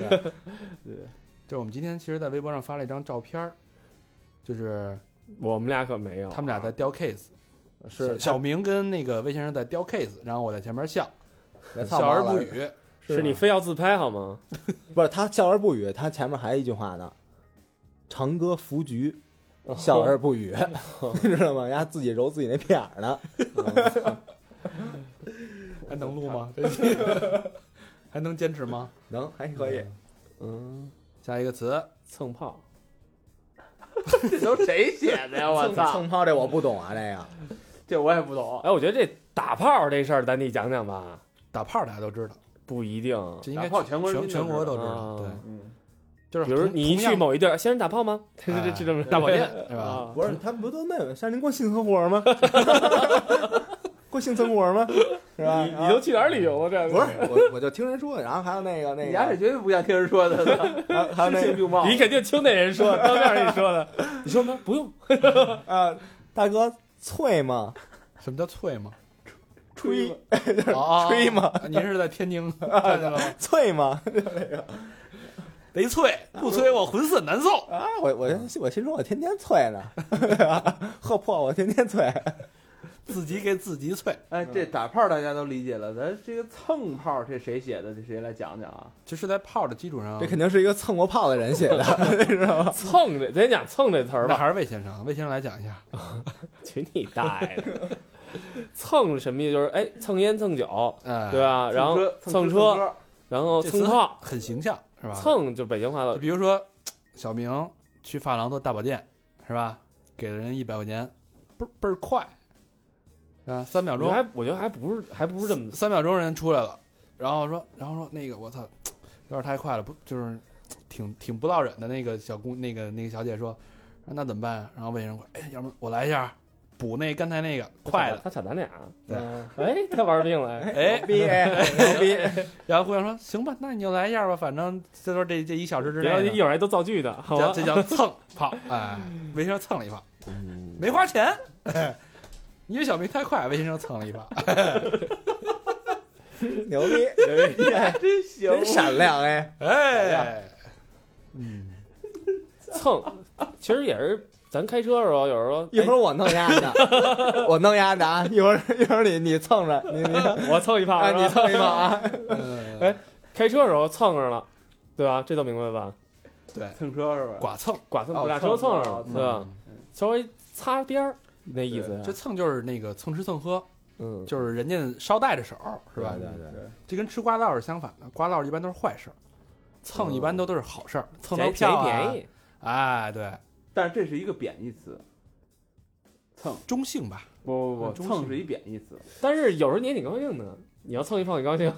Speaker 2: 是我们今天其实，在微博上发了一张照片儿，就是
Speaker 4: 我们俩可没有，
Speaker 2: 他们俩在叼 case，
Speaker 3: 是
Speaker 2: 小明跟那个魏先生在叼 case，然后我在前面笑，
Speaker 3: 别操
Speaker 2: 笑而
Speaker 3: 毛
Speaker 2: 不
Speaker 3: 了，
Speaker 2: 语，
Speaker 4: 是你非要自拍好吗？
Speaker 3: 不是他笑而不语，他前面还有一句话呢，长歌福局，笑而不语， 你知道吗？人家自己揉自己那屁眼儿呢，
Speaker 2: 还能录吗？ 还能坚持吗？
Speaker 3: 能还可以，
Speaker 4: 嗯，
Speaker 2: 下一个词，
Speaker 4: 蹭炮，
Speaker 5: 这都谁写的呀？我
Speaker 3: 蹭
Speaker 5: 操，
Speaker 3: 蹭炮这我不懂啊，这个
Speaker 5: 这我也不懂。
Speaker 4: 哎，我觉得这打炮这事儿咱得讲讲吧，
Speaker 2: 打炮大家都知道，
Speaker 4: 不一定，
Speaker 2: 这应该
Speaker 5: 打炮全国人
Speaker 2: 全
Speaker 5: 民都
Speaker 2: 全国都知
Speaker 4: 知道
Speaker 2: 道，对，
Speaker 4: 啊
Speaker 5: 嗯，
Speaker 2: 就是
Speaker 4: 比如
Speaker 2: 同
Speaker 4: 你一去，某一地儿，先生打 炮吗？这
Speaker 2: 同样
Speaker 4: 这这这么
Speaker 2: 哎大保健是吧？
Speaker 4: 啊，
Speaker 3: 不是他们不都那个山林过性生活吗？ 过性生活吗？是
Speaker 2: 啊
Speaker 3: 吧？啊
Speaker 4: 你你都去哪儿旅游了？这
Speaker 3: 不是我我就听人说的，然后还有那个那
Speaker 5: 你家是
Speaker 3: 个
Speaker 5: 绝对不像听人说的，
Speaker 3: 还有，还
Speaker 5: 声
Speaker 3: 有那
Speaker 5: 情
Speaker 3: 个
Speaker 5: 并茂。
Speaker 4: 你肯定听那 人说，当面跟你说的。你说吗？不用，
Speaker 3: 啊，大哥脆吗？
Speaker 2: 什么叫脆吗？
Speaker 3: 吹
Speaker 2: 哦
Speaker 3: 吹吗？
Speaker 2: 哦您是在天津看见了吗？
Speaker 3: 脆吗？
Speaker 2: 得脆，不催我浑身难受。
Speaker 3: 啊，我我我心说我天天脆呢，喝破我天天脆。
Speaker 2: 自己给自己催。
Speaker 5: 哎，这打炮大家都理解了，咱这个蹭炮这谁写的？这谁来讲讲啊？
Speaker 2: 其实，在炮的基础上
Speaker 3: 这，肯定是一个蹭过炮的人写的，
Speaker 2: 啊
Speaker 4: 蹭这，咱讲蹭这词儿
Speaker 2: 那
Speaker 4: 吧。
Speaker 2: 还是魏先生，魏先生来讲一下。
Speaker 4: 去你大爷的！ 蹭什么意思？就是哎，蹭烟蹭酒，
Speaker 2: 哎，
Speaker 4: 对，吧？然后
Speaker 5: 蹭
Speaker 4: 蹭
Speaker 5: 吃
Speaker 4: 车，
Speaker 5: 喝
Speaker 4: 然后
Speaker 2: 这
Speaker 4: 蹭
Speaker 2: 词啊
Speaker 4: 炮，
Speaker 2: 很形象是吧？
Speaker 4: 蹭就北京话
Speaker 2: 就
Speaker 4: 了。
Speaker 2: 比如说小明去发廊做大保健是吧？给了人一百块钱，倍儿倍儿快啊，三秒
Speaker 4: 我觉
Speaker 2: 钟
Speaker 4: 得还我觉得还不是还不是这么
Speaker 2: 三秒钟人出来了，然后说，然后说那个我操，有点太快了，不就是挺挺不落忍的那个小姑那个那个小姐说，那怎么办、啊？然后魏人过来，哎，要不我来一下，补那刚才那个快的。
Speaker 4: 他抢咱俩。
Speaker 2: 对
Speaker 4: 哎，他玩命了，哎
Speaker 2: 哎，
Speaker 3: 逼牛逼，
Speaker 2: 然后姑娘说：“行吧，那你就来一下吧，反正就说这这一小时之内
Speaker 4: 然后
Speaker 2: 呢，
Speaker 4: 一会儿还都造句的，好啊吧
Speaker 2: 这？这叫蹭炮，哎，魏先生蹭了一炮，
Speaker 4: 嗯
Speaker 2: 没花钱，因为小明太快，魏先生蹭了一炮，
Speaker 3: 牛逼，
Speaker 5: 真行，
Speaker 3: 真闪亮哎！
Speaker 2: 哎，
Speaker 4: 蹭，其实也是咱开车的时候，有时候
Speaker 3: 一会儿我弄丫的，我弄丫的啊！一会儿一会儿你你蹭着，你你
Speaker 4: 哎我蹭一炮，
Speaker 3: 啊
Speaker 4: 是吧
Speaker 3: 你蹭一个 啊！
Speaker 2: 呃
Speaker 4: 哎开车的时候蹭上了，对吧？这都明白吧？
Speaker 2: 对，
Speaker 5: 蹭车是吧？
Speaker 2: 剐蹭，嗯
Speaker 4: 剐蹭
Speaker 5: 哦
Speaker 4: 我俩车蹭上了，
Speaker 5: 蹭
Speaker 4: 对吧？稍微擦边儿那意思啊，
Speaker 2: 这蹭就是那个蹭吃蹭喝，
Speaker 3: 嗯，
Speaker 2: 就是人家捎带着手，是吧？
Speaker 3: 对对对，
Speaker 2: 这跟吃瓜烙是相反的，瓜烙一般都是坏事儿，蹭一般都都是好事儿，蹭到
Speaker 4: 捡
Speaker 2: 票啊
Speaker 4: 便，宜，
Speaker 2: 哎，对，
Speaker 5: 但是这是一个贬义词，蹭
Speaker 2: 中性吧，
Speaker 5: 不不
Speaker 2: 很
Speaker 5: 不，
Speaker 2: 中性
Speaker 5: 蹭是一贬义词，
Speaker 4: 但是有时候你也挺高兴的，你要蹭一炮你高兴，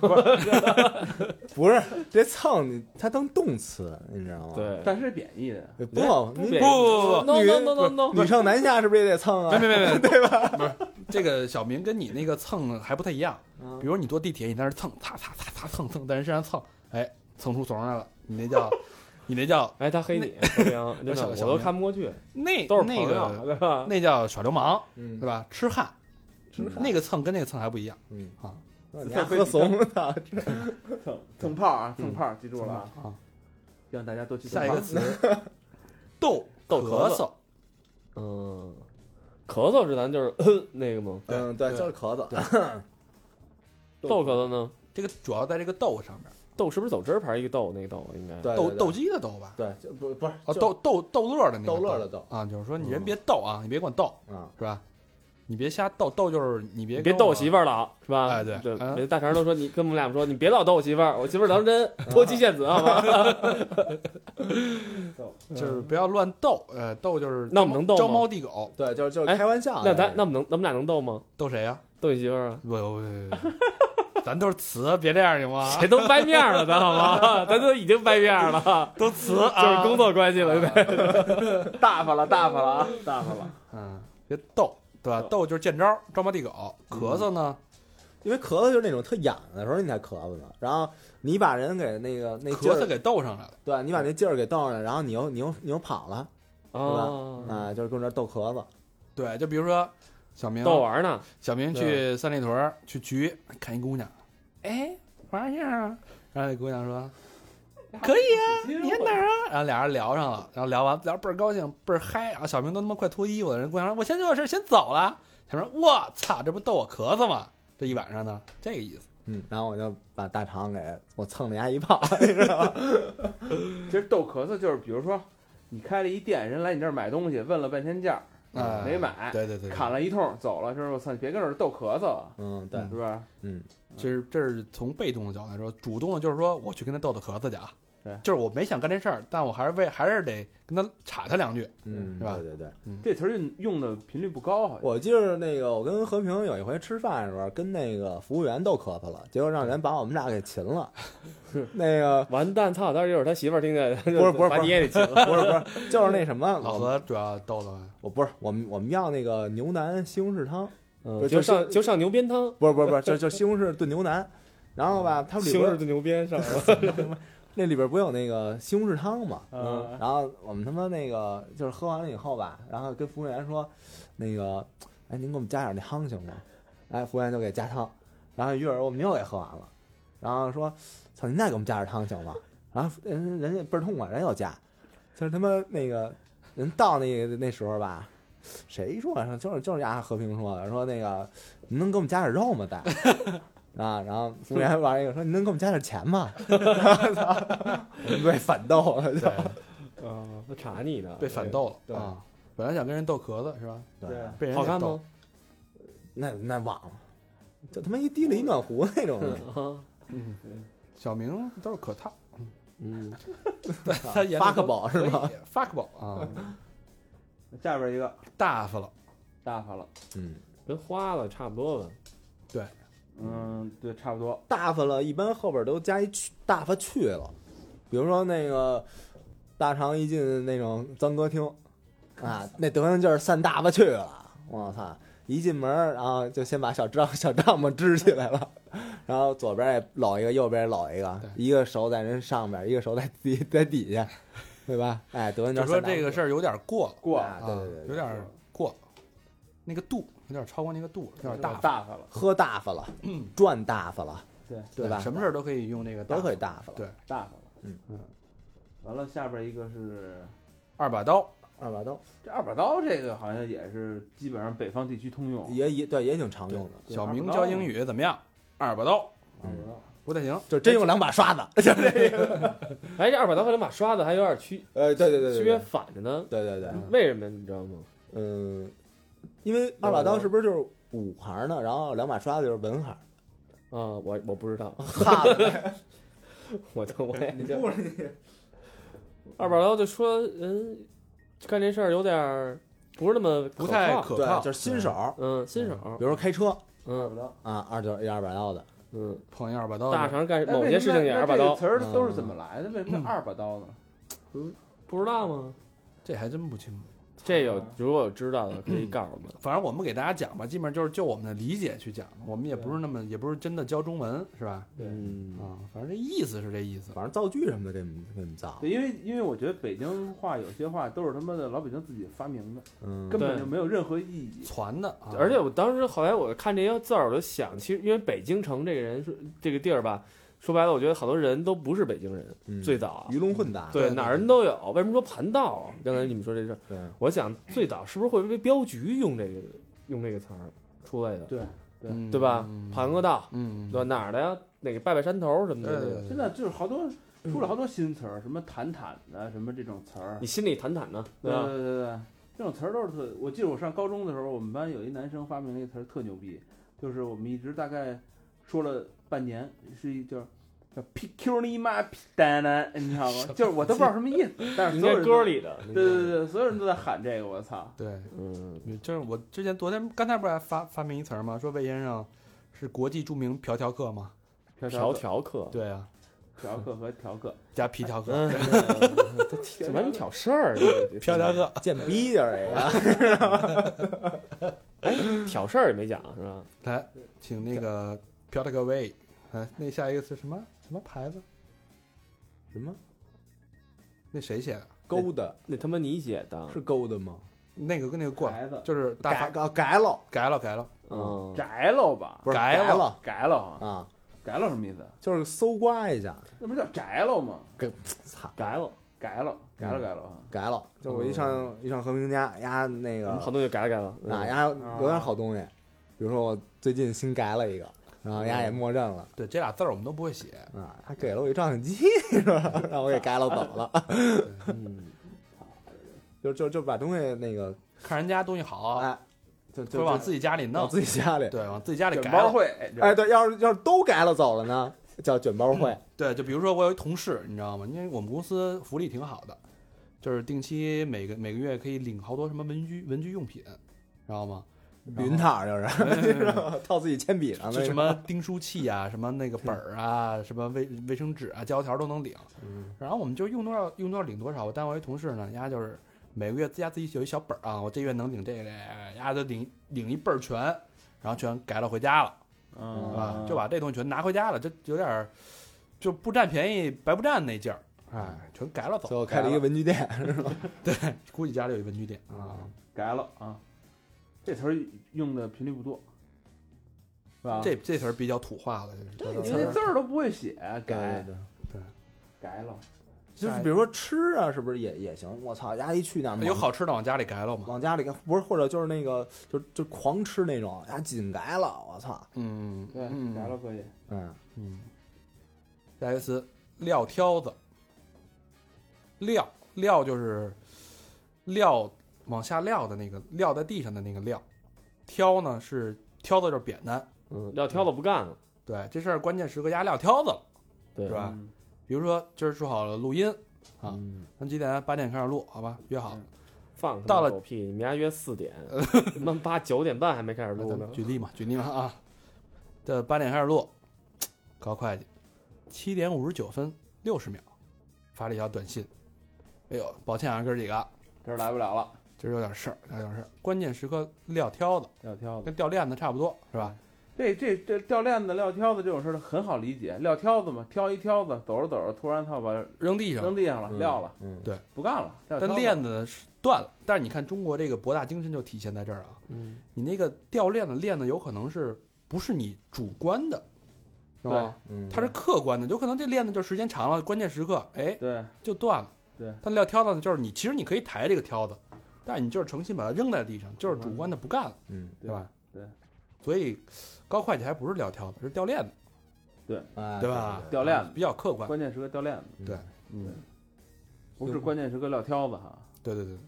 Speaker 3: 不是这蹭你，它当动词，你知道吗？
Speaker 4: 对。
Speaker 5: 但是贬义的。
Speaker 3: 不，
Speaker 4: 不
Speaker 3: 你
Speaker 4: 不
Speaker 2: 不不不
Speaker 4: no
Speaker 3: 女
Speaker 4: no no no no，
Speaker 3: 女上男下是不是也得蹭
Speaker 2: 没
Speaker 3: 啊？
Speaker 2: 没没没， 对吧？不是这个小明跟你那个蹭还不太一样，比如你坐地铁，你在那儿蹭，擦擦擦擦蹭蹭，在人身上蹭，哎，蹭出怂来了，你那叫，你那 叫
Speaker 4: 哎，他黑你，小明，真
Speaker 2: 小
Speaker 4: 的我
Speaker 2: 小
Speaker 4: 都
Speaker 2: 明
Speaker 4: 看不过去，
Speaker 2: 那
Speaker 4: 都是朋
Speaker 2: 那
Speaker 4: 友，
Speaker 2: 个
Speaker 4: 对吧？
Speaker 2: 啊那叫耍流氓，
Speaker 3: 嗯
Speaker 2: 对，吧？痴汉，那个蹭跟那个蹭还不一样
Speaker 3: 嗯
Speaker 2: 啊，
Speaker 3: 你还喝怂了？
Speaker 5: 蹭蹭炮啊，蹭炮，记住了啊！
Speaker 2: 啊。
Speaker 5: 希望大家多去蹭
Speaker 2: 下一
Speaker 5: 炮
Speaker 2: 个词，逗
Speaker 4: 逗
Speaker 2: 咳
Speaker 4: 咳
Speaker 2: 嗽，
Speaker 4: 嗯，咳嗽是咱就是 那个吗？
Speaker 3: 嗯，对，
Speaker 2: 对
Speaker 3: 就是咳嗽。
Speaker 4: 豆咳嗽呢？
Speaker 2: 这个主要在这个逗上面，
Speaker 4: 豆是不是走汁儿牌一个豆那个豆应该？
Speaker 3: 对，
Speaker 2: 逗
Speaker 3: 对
Speaker 2: 斗，鸡的逗吧？
Speaker 3: 对，对就不不是
Speaker 2: 啊，
Speaker 3: 就
Speaker 2: 逗逗逗乐的那个
Speaker 3: 逗乐的嗯逗
Speaker 2: 啊，就是说你人别逗啊，你别管逗
Speaker 3: 啊，
Speaker 2: 是吧？你别瞎逗，逗就是你别
Speaker 4: 你别
Speaker 2: 跟我
Speaker 4: 逗媳妇儿了，啊是吧？
Speaker 2: 哎对嗯
Speaker 4: 别大肠都说你跟我们俩说，你别老逗我媳妇儿，我媳妇儿当真
Speaker 2: 嗯
Speaker 4: 脱妻献子，好
Speaker 2: 哎
Speaker 4: 吗？
Speaker 2: 就是
Speaker 3: 嗯
Speaker 2: 不要乱斗，呃，斗就是
Speaker 4: 那我们能斗吗
Speaker 2: 招猫递狗，
Speaker 3: 对，就是就是
Speaker 4: 哎
Speaker 3: 开玩笑的。
Speaker 4: 那咱那我们能，咱们俩能逗吗？
Speaker 2: 斗谁呀？
Speaker 4: 逗你媳妇儿啊？
Speaker 2: 不不不不不， 咱都是词，别这样行吗？
Speaker 4: 谁都掰面儿了，咱好吗？ 咱都已经掰面儿了，
Speaker 2: 都啊词
Speaker 4: 就是工作关系了，对不对？
Speaker 5: 大发了，大发了啊，大发了！
Speaker 2: 嗯，别斗，对吧？斗就是见招儿，招猫递狗。咳嗽呢，
Speaker 3: 因为咳嗽就是那种特痒的时候你才咳嗽呢，然后你把人给那个那劲
Speaker 2: 咳嗽
Speaker 3: 儿，
Speaker 2: 给斗上来了。
Speaker 3: 对你把那劲儿给逗上来，然后你又你又你又跑了
Speaker 4: 哦，
Speaker 3: 啊，就是跟这儿逗咳嗽。
Speaker 2: 对，就比如说小明，
Speaker 4: 逗玩儿呢，
Speaker 2: 小明去三里屯儿去局看一姑娘，哎，玩意儿啊，然后那姑娘说。可以啊，你在哪儿啊？然后俩人聊上了，然后聊完聊倍儿高兴，倍儿嗨。然后小明都他妈快脱衣服了，人姑娘说：“我先做点事儿，先走了。”小明说：“我操，这不逗我咳嗽吗？这一晚上呢，这个意思。
Speaker 3: 嗯，然后我就把大肠给我蹭了牙一泡，
Speaker 5: 其实逗咳嗽就是，比如说你开了一店，人来你这儿买东西，问了半天价儿，
Speaker 2: 哎
Speaker 5: 没买
Speaker 2: 对对对，
Speaker 5: 砍了一通走了，就是我操，你别跟这儿逗咳嗽了，
Speaker 3: 嗯，对，
Speaker 5: 是吧？
Speaker 3: 嗯，
Speaker 2: 这是这是从被动的角度来说，主动的就是说我去跟他逗逗咳嗽去啊，
Speaker 5: 对
Speaker 2: 就是我没想干这事儿，但我还是为还是得跟他插他两句，
Speaker 3: 嗯，
Speaker 2: 是吧
Speaker 3: 对对对，
Speaker 5: 这词儿用用的频率不高，好像
Speaker 3: 我记着那个，我跟和平有一回吃饭的时候，跟那个服务员逗咳嗽了，结果让人把我们俩给擒了。那个
Speaker 4: 完蛋，操！但是一会儿他媳妇儿听见， 不
Speaker 3: 不是不是
Speaker 4: 把你也得请了。
Speaker 3: 不是不是，就是那什么，
Speaker 2: 老
Speaker 3: 我
Speaker 2: 何主要逗逗 啊，
Speaker 3: 我哦不是我们我们要那个牛腩西红柿汤，
Speaker 4: 嗯就上就上牛鞭汤，
Speaker 3: 不是不是不是，就就西红柿炖牛腩，然后吧，它里
Speaker 4: 西红柿
Speaker 3: 边
Speaker 4: 炖牛鞭 上了。
Speaker 3: 那里边不有那个西红柿汤嘛，
Speaker 5: 嗯
Speaker 3: 然后我们他妈那个就是喝完了以后吧，然后跟服务员说，那个，哎，您给我们加点那汤行吗？哎，服务员就给加汤，然后一会儿我们又给喝完了，然后说，操，您再给我们加点汤行吗？然后人啊呃人家倍儿痛快，人又加，就是他妈那个人到那个那时候吧，谁说的？就是就是丫和平说的，说那个您能给我们加点肉吗？再 啊，然后服务员玩一个说：“您能给我们加点钱吗？” 我们被反 斗了，就
Speaker 2: 对，
Speaker 4: 啊，他查你呢，
Speaker 2: 被反。斗了
Speaker 3: 对
Speaker 2: 啊，本来想跟人逗咳嗽是吧？
Speaker 5: 对
Speaker 2: 被人给
Speaker 4: 好看
Speaker 2: 逗
Speaker 4: 吗？
Speaker 3: 那那忘了，就他妈一提了一暖壶那种的，
Speaker 4: 啊，
Speaker 2: 小明都是可套，
Speaker 4: 嗯，
Speaker 2: 他演
Speaker 3: 发个宝是吗？
Speaker 2: 发 个宝啊，
Speaker 5: 下边一个
Speaker 2: 大发了。
Speaker 5: 大发了，
Speaker 3: 嗯，
Speaker 4: 跟花了差不多吧。
Speaker 5: 嗯，对，差不多。
Speaker 3: 大发了，一般后边都加一去大发去了，比如说那个大肠一进那种脏歌厅，啊，那德行劲儿散大发去了，我操！一进门儿，然后就先把小帐 小帐篷支起来了，然后左边也搂一个，右边也搂一个，一个手在人上边，一个手在底 在底下，对吧？哎，德行劲
Speaker 2: 就
Speaker 3: 儿
Speaker 2: 说
Speaker 3: 散大发
Speaker 2: 这个事儿有点过了，
Speaker 5: 过
Speaker 3: 啊，对对对对，
Speaker 2: 有点过，那个度有点超过那个度，有点大发，
Speaker 5: 大发了，
Speaker 3: 喝大发了，赚大发了，
Speaker 5: 对
Speaker 3: 对吧？
Speaker 2: 嗯什么事儿都可以用那个大
Speaker 3: 都
Speaker 2: 发
Speaker 3: 可以大发了，
Speaker 2: 对
Speaker 5: 大发了。
Speaker 3: 嗯
Speaker 5: 嗯，完了，下边一个是
Speaker 2: 二把刀，
Speaker 3: 二把刀
Speaker 5: 这二把刀，这个好像也是基本上北方地区通用。
Speaker 3: 也也对也挺常用的。
Speaker 5: 对
Speaker 2: 小明
Speaker 5: 二把刀
Speaker 2: 教英语怎么样？二把刀
Speaker 5: 二把刀
Speaker 2: 不太行，
Speaker 3: 就真用两把刷子， 就这个。
Speaker 4: 哎，这二把刀和两把刷子还有点区
Speaker 3: 呃，对对对对，
Speaker 4: 区别反着呢。
Speaker 3: 对对对，
Speaker 4: 为什么你知道吗？
Speaker 3: 嗯，因为二把刀是不是就是五行呢？然后两把刷子就是文行。
Speaker 4: 啊，我我不知道，
Speaker 3: 哈，
Speaker 4: 我都我也
Speaker 3: 不是你，
Speaker 4: 二把刀就说，嗯，干这事儿有点儿不是那么
Speaker 2: 不太
Speaker 4: 可靠，
Speaker 2: 可靠，
Speaker 3: 对，就是新手，
Speaker 4: 嗯，新手，
Speaker 3: 比如说开车
Speaker 5: 二把
Speaker 4: 嗯
Speaker 5: 刀。
Speaker 3: 啊，二就是一二把刀的，
Speaker 4: 嗯，
Speaker 2: 碰一二把刀，
Speaker 4: 大肠干
Speaker 5: 哎
Speaker 4: 某
Speaker 5: 为
Speaker 4: 些
Speaker 5: 什
Speaker 4: 事
Speaker 5: 么
Speaker 4: 情也
Speaker 5: 那
Speaker 4: 二把
Speaker 5: 这个
Speaker 4: 刀，
Speaker 5: 词儿都是怎么来的？为什么叫二把刀呢？
Speaker 4: 不知道吗？
Speaker 2: 这还真不清楚。
Speaker 4: 这有如果有知道的可以告诉我们。
Speaker 2: 反正我们给大家讲吧，基本上就是就我们的理解去讲，我们也不是那么，也不是真的教中文，是吧？
Speaker 5: 对
Speaker 4: 嗯
Speaker 2: 啊，反正这意思是这意思。
Speaker 3: 反正造句什么的给你们给你们造，
Speaker 5: 对，因为因为我觉得北京话有些话都是他妈的老北京自己发明的，
Speaker 3: 嗯，
Speaker 5: 根本
Speaker 4: 对
Speaker 5: 就没有任何意义。
Speaker 2: 传的啊，
Speaker 4: 而且我当时后来我看这些字儿，我就想，其实因为北京城这个人说这个地儿吧，说白了，我觉得好多人都不是北京人，
Speaker 3: 嗯
Speaker 4: 最早
Speaker 3: 鱼龙混杂，
Speaker 4: 对哪儿人都有。为什么说盘道？啊刚才你们说这事儿，
Speaker 3: 对，
Speaker 4: 我想最早是不是会被镖局用这个用这个词儿出来的，
Speaker 5: 对，
Speaker 2: 嗯
Speaker 4: 对吧？盘个道，
Speaker 2: 嗯，
Speaker 4: 对吧？哪儿的呀？哪个拜拜山头什么的
Speaker 2: 对
Speaker 4: 那
Speaker 2: 对
Speaker 4: 个，
Speaker 2: 对
Speaker 5: 现在就是好多
Speaker 4: 嗯
Speaker 5: 出了好多新词儿，什么坦坦的，什么这种词儿
Speaker 4: 你。心里坦坦呢，
Speaker 5: 对对
Speaker 4: 吧？
Speaker 5: 对对对，这种词儿都是特。我记得我上高中的时候，我们班有一男生发明了一个词儿特牛逼，就是我们一直大概说了半年，是一叫叫 “PQ 你妈屁蛋蛋”，你知道吗？就是我都不知道什么意思，但是
Speaker 4: 应
Speaker 5: 所有
Speaker 4: 该
Speaker 5: 人
Speaker 4: 歌
Speaker 5: 里，
Speaker 4: 里的，
Speaker 5: 对对对，所有人都在喊这个，我操！
Speaker 2: 对，
Speaker 4: 嗯，
Speaker 2: 你就是我之前昨天刚才不是还发发明一词儿吗？说魏先生是国际著名嫖条客吗？
Speaker 5: 嫖
Speaker 4: 条
Speaker 5: 客、
Speaker 4: 条客，
Speaker 2: 对啊，
Speaker 5: 嫖客和嫖客，
Speaker 2: 加皮条客，
Speaker 4: 嗯，怎么你挑事儿？这
Speaker 2: 嫖条客，
Speaker 3: 贱逼就是一个，
Speaker 4: 挑事儿也没讲是吧？
Speaker 2: 来，请那个嫖条客魏，哎，那下一个是什么什么牌子？
Speaker 3: 什么
Speaker 2: 那谁写的？
Speaker 3: 勾的，
Speaker 4: 那他妈你写的，
Speaker 3: 是勾的吗？
Speaker 2: 那个跟那个过来，
Speaker 5: 宅子，
Speaker 2: 就是大
Speaker 3: 改
Speaker 2: 发
Speaker 3: 改改了，
Speaker 2: 改了改了，
Speaker 4: 嗯，
Speaker 5: 宅了吧？
Speaker 3: 不是
Speaker 2: 改了
Speaker 3: 了
Speaker 5: 宅了啊，
Speaker 3: 啊，
Speaker 5: 宅了什么意思？
Speaker 3: 就是搜刮一下，
Speaker 5: 那不叫宅了吗？
Speaker 3: 操，
Speaker 4: 改了，
Speaker 5: 改了，改了，改了啊！
Speaker 3: 改了，就我一上一上和平家，呀那
Speaker 4: 我
Speaker 3: 个
Speaker 4: 们嗯好东西改了改了，
Speaker 3: 啊，丫有点好东西，比如说我最近新改了一个，然后丫
Speaker 2: 嗯
Speaker 3: 也默认了
Speaker 2: 对，这俩字儿我们都不会写，
Speaker 3: 啊，他
Speaker 2: 嗯
Speaker 3: 给了我一照相机， 是吧？让我给改了 走了，
Speaker 4: 嗯，
Speaker 3: 就就就把东西那个
Speaker 2: 看人家东西好，
Speaker 3: 哎，就
Speaker 2: 会
Speaker 3: 就
Speaker 2: 往
Speaker 3: 就
Speaker 2: 自己家里弄
Speaker 3: 往，自己家里，
Speaker 2: 对，往自己家里
Speaker 5: 卷
Speaker 2: 改
Speaker 5: 包
Speaker 2: 了。
Speaker 5: 会，
Speaker 3: 哎，对，要是要是都改了走了呢，叫卷包会，
Speaker 2: 对，就比如说我有一同事，你知道吗？因为我们公司福利挺好的，就是定期每个每个月可以领好多什么文具文具用品，知道吗？
Speaker 3: 云套 就是
Speaker 2: 然后
Speaker 3: 套自己铅笔上
Speaker 2: 就
Speaker 3: 的
Speaker 2: 嗯什 么订书器啊，什么那个本儿啊，什么卫卫生纸啊、胶条都能领。然后我们就用多少用多少领多少。我单位一同事呢，人家就是每个月自家自己有一小本儿啊，我这月能领这个，哎人家就领领一倍儿全，然后全改了回家了。啊
Speaker 5: 嗯，，
Speaker 2: 就把这东西全拿回家了，这有点儿就不占便宜白不占那劲儿，哎，全改了
Speaker 3: 最
Speaker 2: 走。
Speaker 3: 后开了一个文具店，
Speaker 2: 估计家里有一文具店啊
Speaker 5: 啊，， 改了啊，这词儿用的频率不多，是吧？
Speaker 2: 这这词儿比较土话了，这是
Speaker 5: 你这字儿都不会写，
Speaker 3: 对
Speaker 5: 改
Speaker 3: 对，
Speaker 5: 改了，
Speaker 3: 就是比如说吃啊，是不是也也行？我操，丫一去那儿
Speaker 2: 有好吃的往家里改了嘛，
Speaker 3: 往家里看，不是或者就是那个就就狂吃那种，丫紧改了，我操，
Speaker 2: 嗯，
Speaker 5: 对，
Speaker 2: 嗯
Speaker 5: 改了可以。
Speaker 3: 嗯，
Speaker 2: 嗯，下一个词撂挑子，撂撂就是撂往下撂的那个撂在地上的那个撂，挑呢是挑子就是扁担。
Speaker 4: 嗯，撂挑子不干了，
Speaker 2: 对，这事儿关键时刻压撂挑子了，
Speaker 4: 对
Speaker 2: 是吧？
Speaker 5: 嗯
Speaker 2: 比如说今儿说好了录音，啊
Speaker 4: 嗯
Speaker 2: 咱几点？八点开始录，好吧？约好。
Speaker 4: 放他妈
Speaker 2: 到了
Speaker 4: 狗屁！你们家约四点，他妈八九点半还没 开始录
Speaker 2: 咱
Speaker 4: 呢
Speaker 2: 们。举例嘛，举例嘛啊，这八点开始录，搞会计，七点五十九分六十秒发了一条短信，哎呦，抱歉啊，哥儿几个，
Speaker 5: 这儿来不了了，
Speaker 2: 今儿有点事儿，有点事儿，关键时刻撂挑子，
Speaker 5: 撂挑子。
Speaker 2: 跟掉链子差不多是吧？
Speaker 5: 这这这掉链子、撂挑子这种事儿很好理解，撂挑子嘛，挑一挑子，走着走着，突然他把
Speaker 2: 扔地上
Speaker 5: 扔，地上了，
Speaker 3: 嗯
Speaker 5: 撂了，
Speaker 3: 嗯
Speaker 2: 对
Speaker 5: 不干了。撂挑
Speaker 2: 但
Speaker 5: 子
Speaker 2: 链子是断了。但是你看中国这个博大精深就体现在这儿啊，
Speaker 4: 嗯，
Speaker 2: 你那个掉链子，链子有可能是不是你主观的，是吧？
Speaker 3: 嗯，
Speaker 2: 它是客观的，有可能这链子就时间长了，关键时刻，哎，
Speaker 5: 对
Speaker 2: 就断了。
Speaker 5: 对，
Speaker 2: 但撂挑子呢，就是你其实你可以抬这个挑子，但你就是诚心把它扔在地上，就是主观的不干了，
Speaker 3: 嗯
Speaker 5: 对
Speaker 2: 吧？
Speaker 5: 对，
Speaker 2: 所以高会计还不是撂挑子，是掉链子，
Speaker 3: 啊
Speaker 2: 对吧
Speaker 5: 掉链子，
Speaker 2: 比较客观。
Speaker 5: 关键时刻掉链子，
Speaker 2: 啊嗯，
Speaker 5: 不是关键时刻撂挑子哈。
Speaker 2: 对对对，对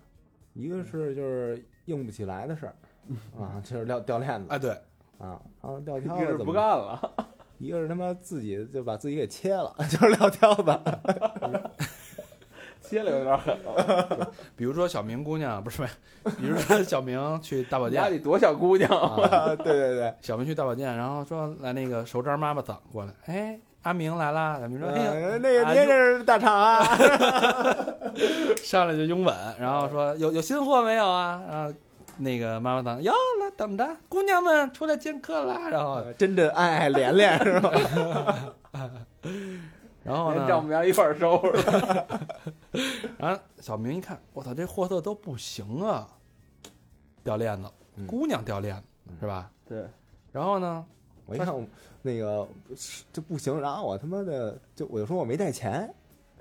Speaker 3: 一个是就是硬不起来的事儿啊，就是掉掉链子
Speaker 2: 哎对，
Speaker 3: 啊，然后掉
Speaker 5: 一
Speaker 3: 挑
Speaker 5: 个是
Speaker 3: 子怎
Speaker 5: 不
Speaker 3: 么
Speaker 5: 干了，
Speaker 3: 一个是他妈自己就把自己给切了， 就是撂挑子，
Speaker 5: 歇了有点狠了。
Speaker 2: 比如说小明姑娘不是，比如说小明去大保
Speaker 5: 你家
Speaker 2: 健，
Speaker 5: 里多小姑娘，
Speaker 3: 啊对对对，
Speaker 2: 小明去大保健，然后说来那个手抓妈妈桑过来，哎，阿明来啦，小明说，哎呀，
Speaker 3: 呃那个您这是大厂啊，
Speaker 2: 上来就拥吻，然后说
Speaker 5: 哎
Speaker 2: 有有新货没有啊？然后那个妈妈桑有了，等着，姑娘们出来见客啦。然
Speaker 5: 哎
Speaker 2: 后
Speaker 3: 真真爱爱连连是吧？
Speaker 2: 然后
Speaker 5: 连丈
Speaker 2: 呢，
Speaker 5: 母娘一块儿收拾了。
Speaker 2: 然后小明一看，我操，这货色都不行啊，掉链子，
Speaker 3: 嗯
Speaker 2: 姑娘掉链子、是吧？
Speaker 5: 对，
Speaker 2: 然后呢，
Speaker 3: 我一看我那个这不行，然后我他妈的就我就说我没带钱，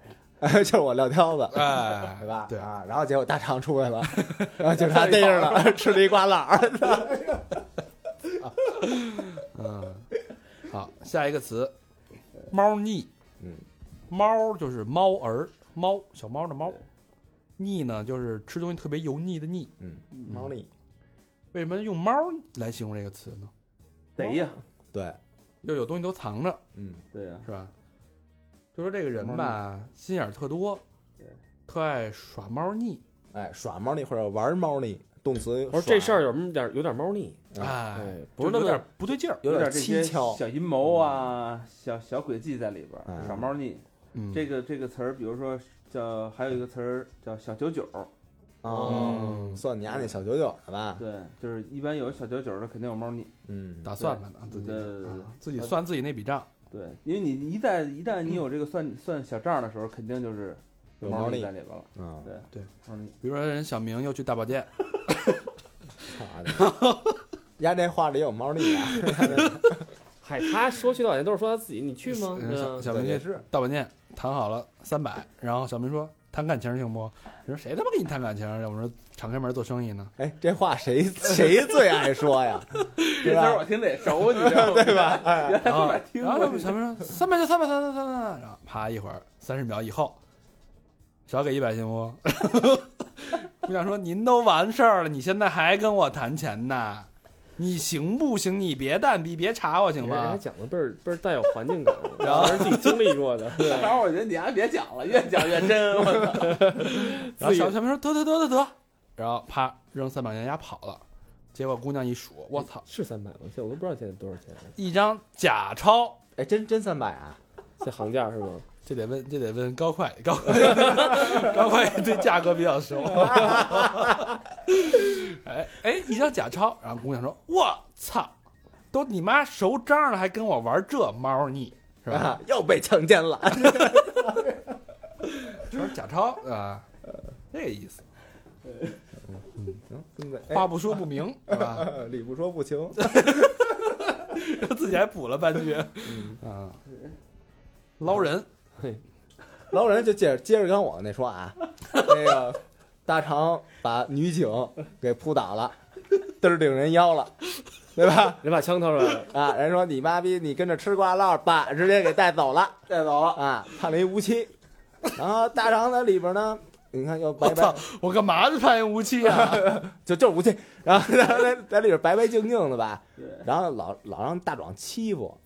Speaker 3: 就是我撂挑子。
Speaker 2: 哎
Speaker 3: 对吧？
Speaker 2: 对
Speaker 3: 啊，然后结果大肠出来了，然后警察逮着了，吃了一瓜子儿。
Speaker 2: 嗯，好，下一个词，猫腻。
Speaker 3: 嗯，
Speaker 2: 猫就是猫儿，猫小猫的猫，腻呢就是吃东西特别油腻的腻。
Speaker 3: 嗯，猫腻。
Speaker 2: 为什么用猫来形容这个词呢？
Speaker 5: 得呀，
Speaker 3: 对，
Speaker 2: 又有东西都藏着，
Speaker 3: 嗯，
Speaker 5: 哦对呀，
Speaker 2: 是吧？就说这个人吧，心眼儿特多
Speaker 5: 对，
Speaker 2: 特爱耍猫腻。
Speaker 3: 哎，耍猫腻或者玩猫腻，动词
Speaker 4: 我说这事儿有什么点有点猫腻，
Speaker 3: 哎
Speaker 2: 哎，
Speaker 4: 哎，不是那
Speaker 2: 就有
Speaker 4: 么
Speaker 2: 点不对劲儿。
Speaker 3: 有
Speaker 5: 点这
Speaker 3: 蹊
Speaker 5: 些
Speaker 3: 跷。
Speaker 5: 小阴谋啊，小小诡计在里边儿，
Speaker 3: 嗯
Speaker 5: 耍猫腻。
Speaker 2: 嗯，
Speaker 5: 这个这个词儿，比如说叫还有一个词儿叫小九九，
Speaker 3: 哦，
Speaker 2: 嗯
Speaker 3: 算你家那小九九的吧？
Speaker 5: 对，就是一般有小九九的肯定有猫腻。
Speaker 3: 嗯，
Speaker 2: 打算盘呢，自己
Speaker 5: 对对对
Speaker 2: 啊自己算自己那笔账。
Speaker 5: 对，因为你一旦一旦你有这个算算小账的时候，肯定就是
Speaker 3: 有
Speaker 5: 猫
Speaker 3: 猫
Speaker 5: 腻
Speaker 3: 腻
Speaker 5: 在里边了。
Speaker 3: 嗯，
Speaker 5: 对
Speaker 2: 对，
Speaker 5: 猫腻。
Speaker 2: 比如说人小明又去大保健，
Speaker 3: 操的，丫这话里有猫腻啊！
Speaker 4: 嗨，他说去到哪都是说他自己，你去吗？
Speaker 2: 人
Speaker 4: 对
Speaker 2: 小
Speaker 4: 啊，
Speaker 2: 小明
Speaker 3: 对也
Speaker 2: 去
Speaker 3: 是
Speaker 2: 大保健谈好了三百，然后小明说谈感情行不？你说谁他妈跟你谈感情？啊我们说敞开门做生意呢。
Speaker 3: 哎，这话谁 谁最爱说呀？
Speaker 5: 这
Speaker 3: 对
Speaker 5: 词儿
Speaker 3: 吧？
Speaker 5: 我听得也熟，你知道吗？ 对吧？原来
Speaker 2: 然
Speaker 5: 我
Speaker 2: 后
Speaker 5: 还听
Speaker 2: 然后
Speaker 5: 过。
Speaker 2: 小明说三百就三百三三三三，然后啪一会儿三十秒以后，少给一百行不？ 姑娘说您都完事儿了，你现在还跟我谈钱呐？你行不行？你别蛋逼，别查我行
Speaker 4: 哎人家
Speaker 2: 吗？
Speaker 4: 讲的倍儿倍儿带有环境感，然后是自己经历过的，对
Speaker 5: 正好我觉得你还别讲了，越讲越 真。我操！
Speaker 2: 然后小小明说得得得得得，然后啪扔三百块钱，丫跑了。结果姑娘一数，我操，
Speaker 4: 是三百吗？现在我都不知道现在多少钱，
Speaker 2: 一张假钞，
Speaker 3: 哎，真真三百啊！
Speaker 4: 这行价是吗？
Speaker 2: 这得问这得问高会计，高会计高会计对价格比较熟。哎哎，一张假钞，然后姑娘说：“我操，都你妈熟张了，还跟我玩这猫腻是吧
Speaker 3: 啊，又被强奸了。？”
Speaker 2: 说假钞啊，这个意思，
Speaker 3: 行，孙子，
Speaker 2: 话不说不明是 吧？
Speaker 3: 哎，理不说不 情。
Speaker 2: 自己还补了半句啊，捞人
Speaker 3: 老人就接着接着跟我那说啊，那个大肠把女警给扑倒了，嘚儿顶人腰了，对吧？
Speaker 4: 人把枪掏出来了，
Speaker 3: 啊，人说你妈逼，你跟着吃瓜唠，把直接给带走了，带走了啊，判了一无期。然后大肠在里边呢，你看要
Speaker 2: 我
Speaker 3: 白白
Speaker 2: 操，我干嘛是攀岩无期啊？
Speaker 3: 就就是武器，然 后然后在在里边白白净净的吧，
Speaker 5: 对，
Speaker 3: 然后老老让大壮欺负，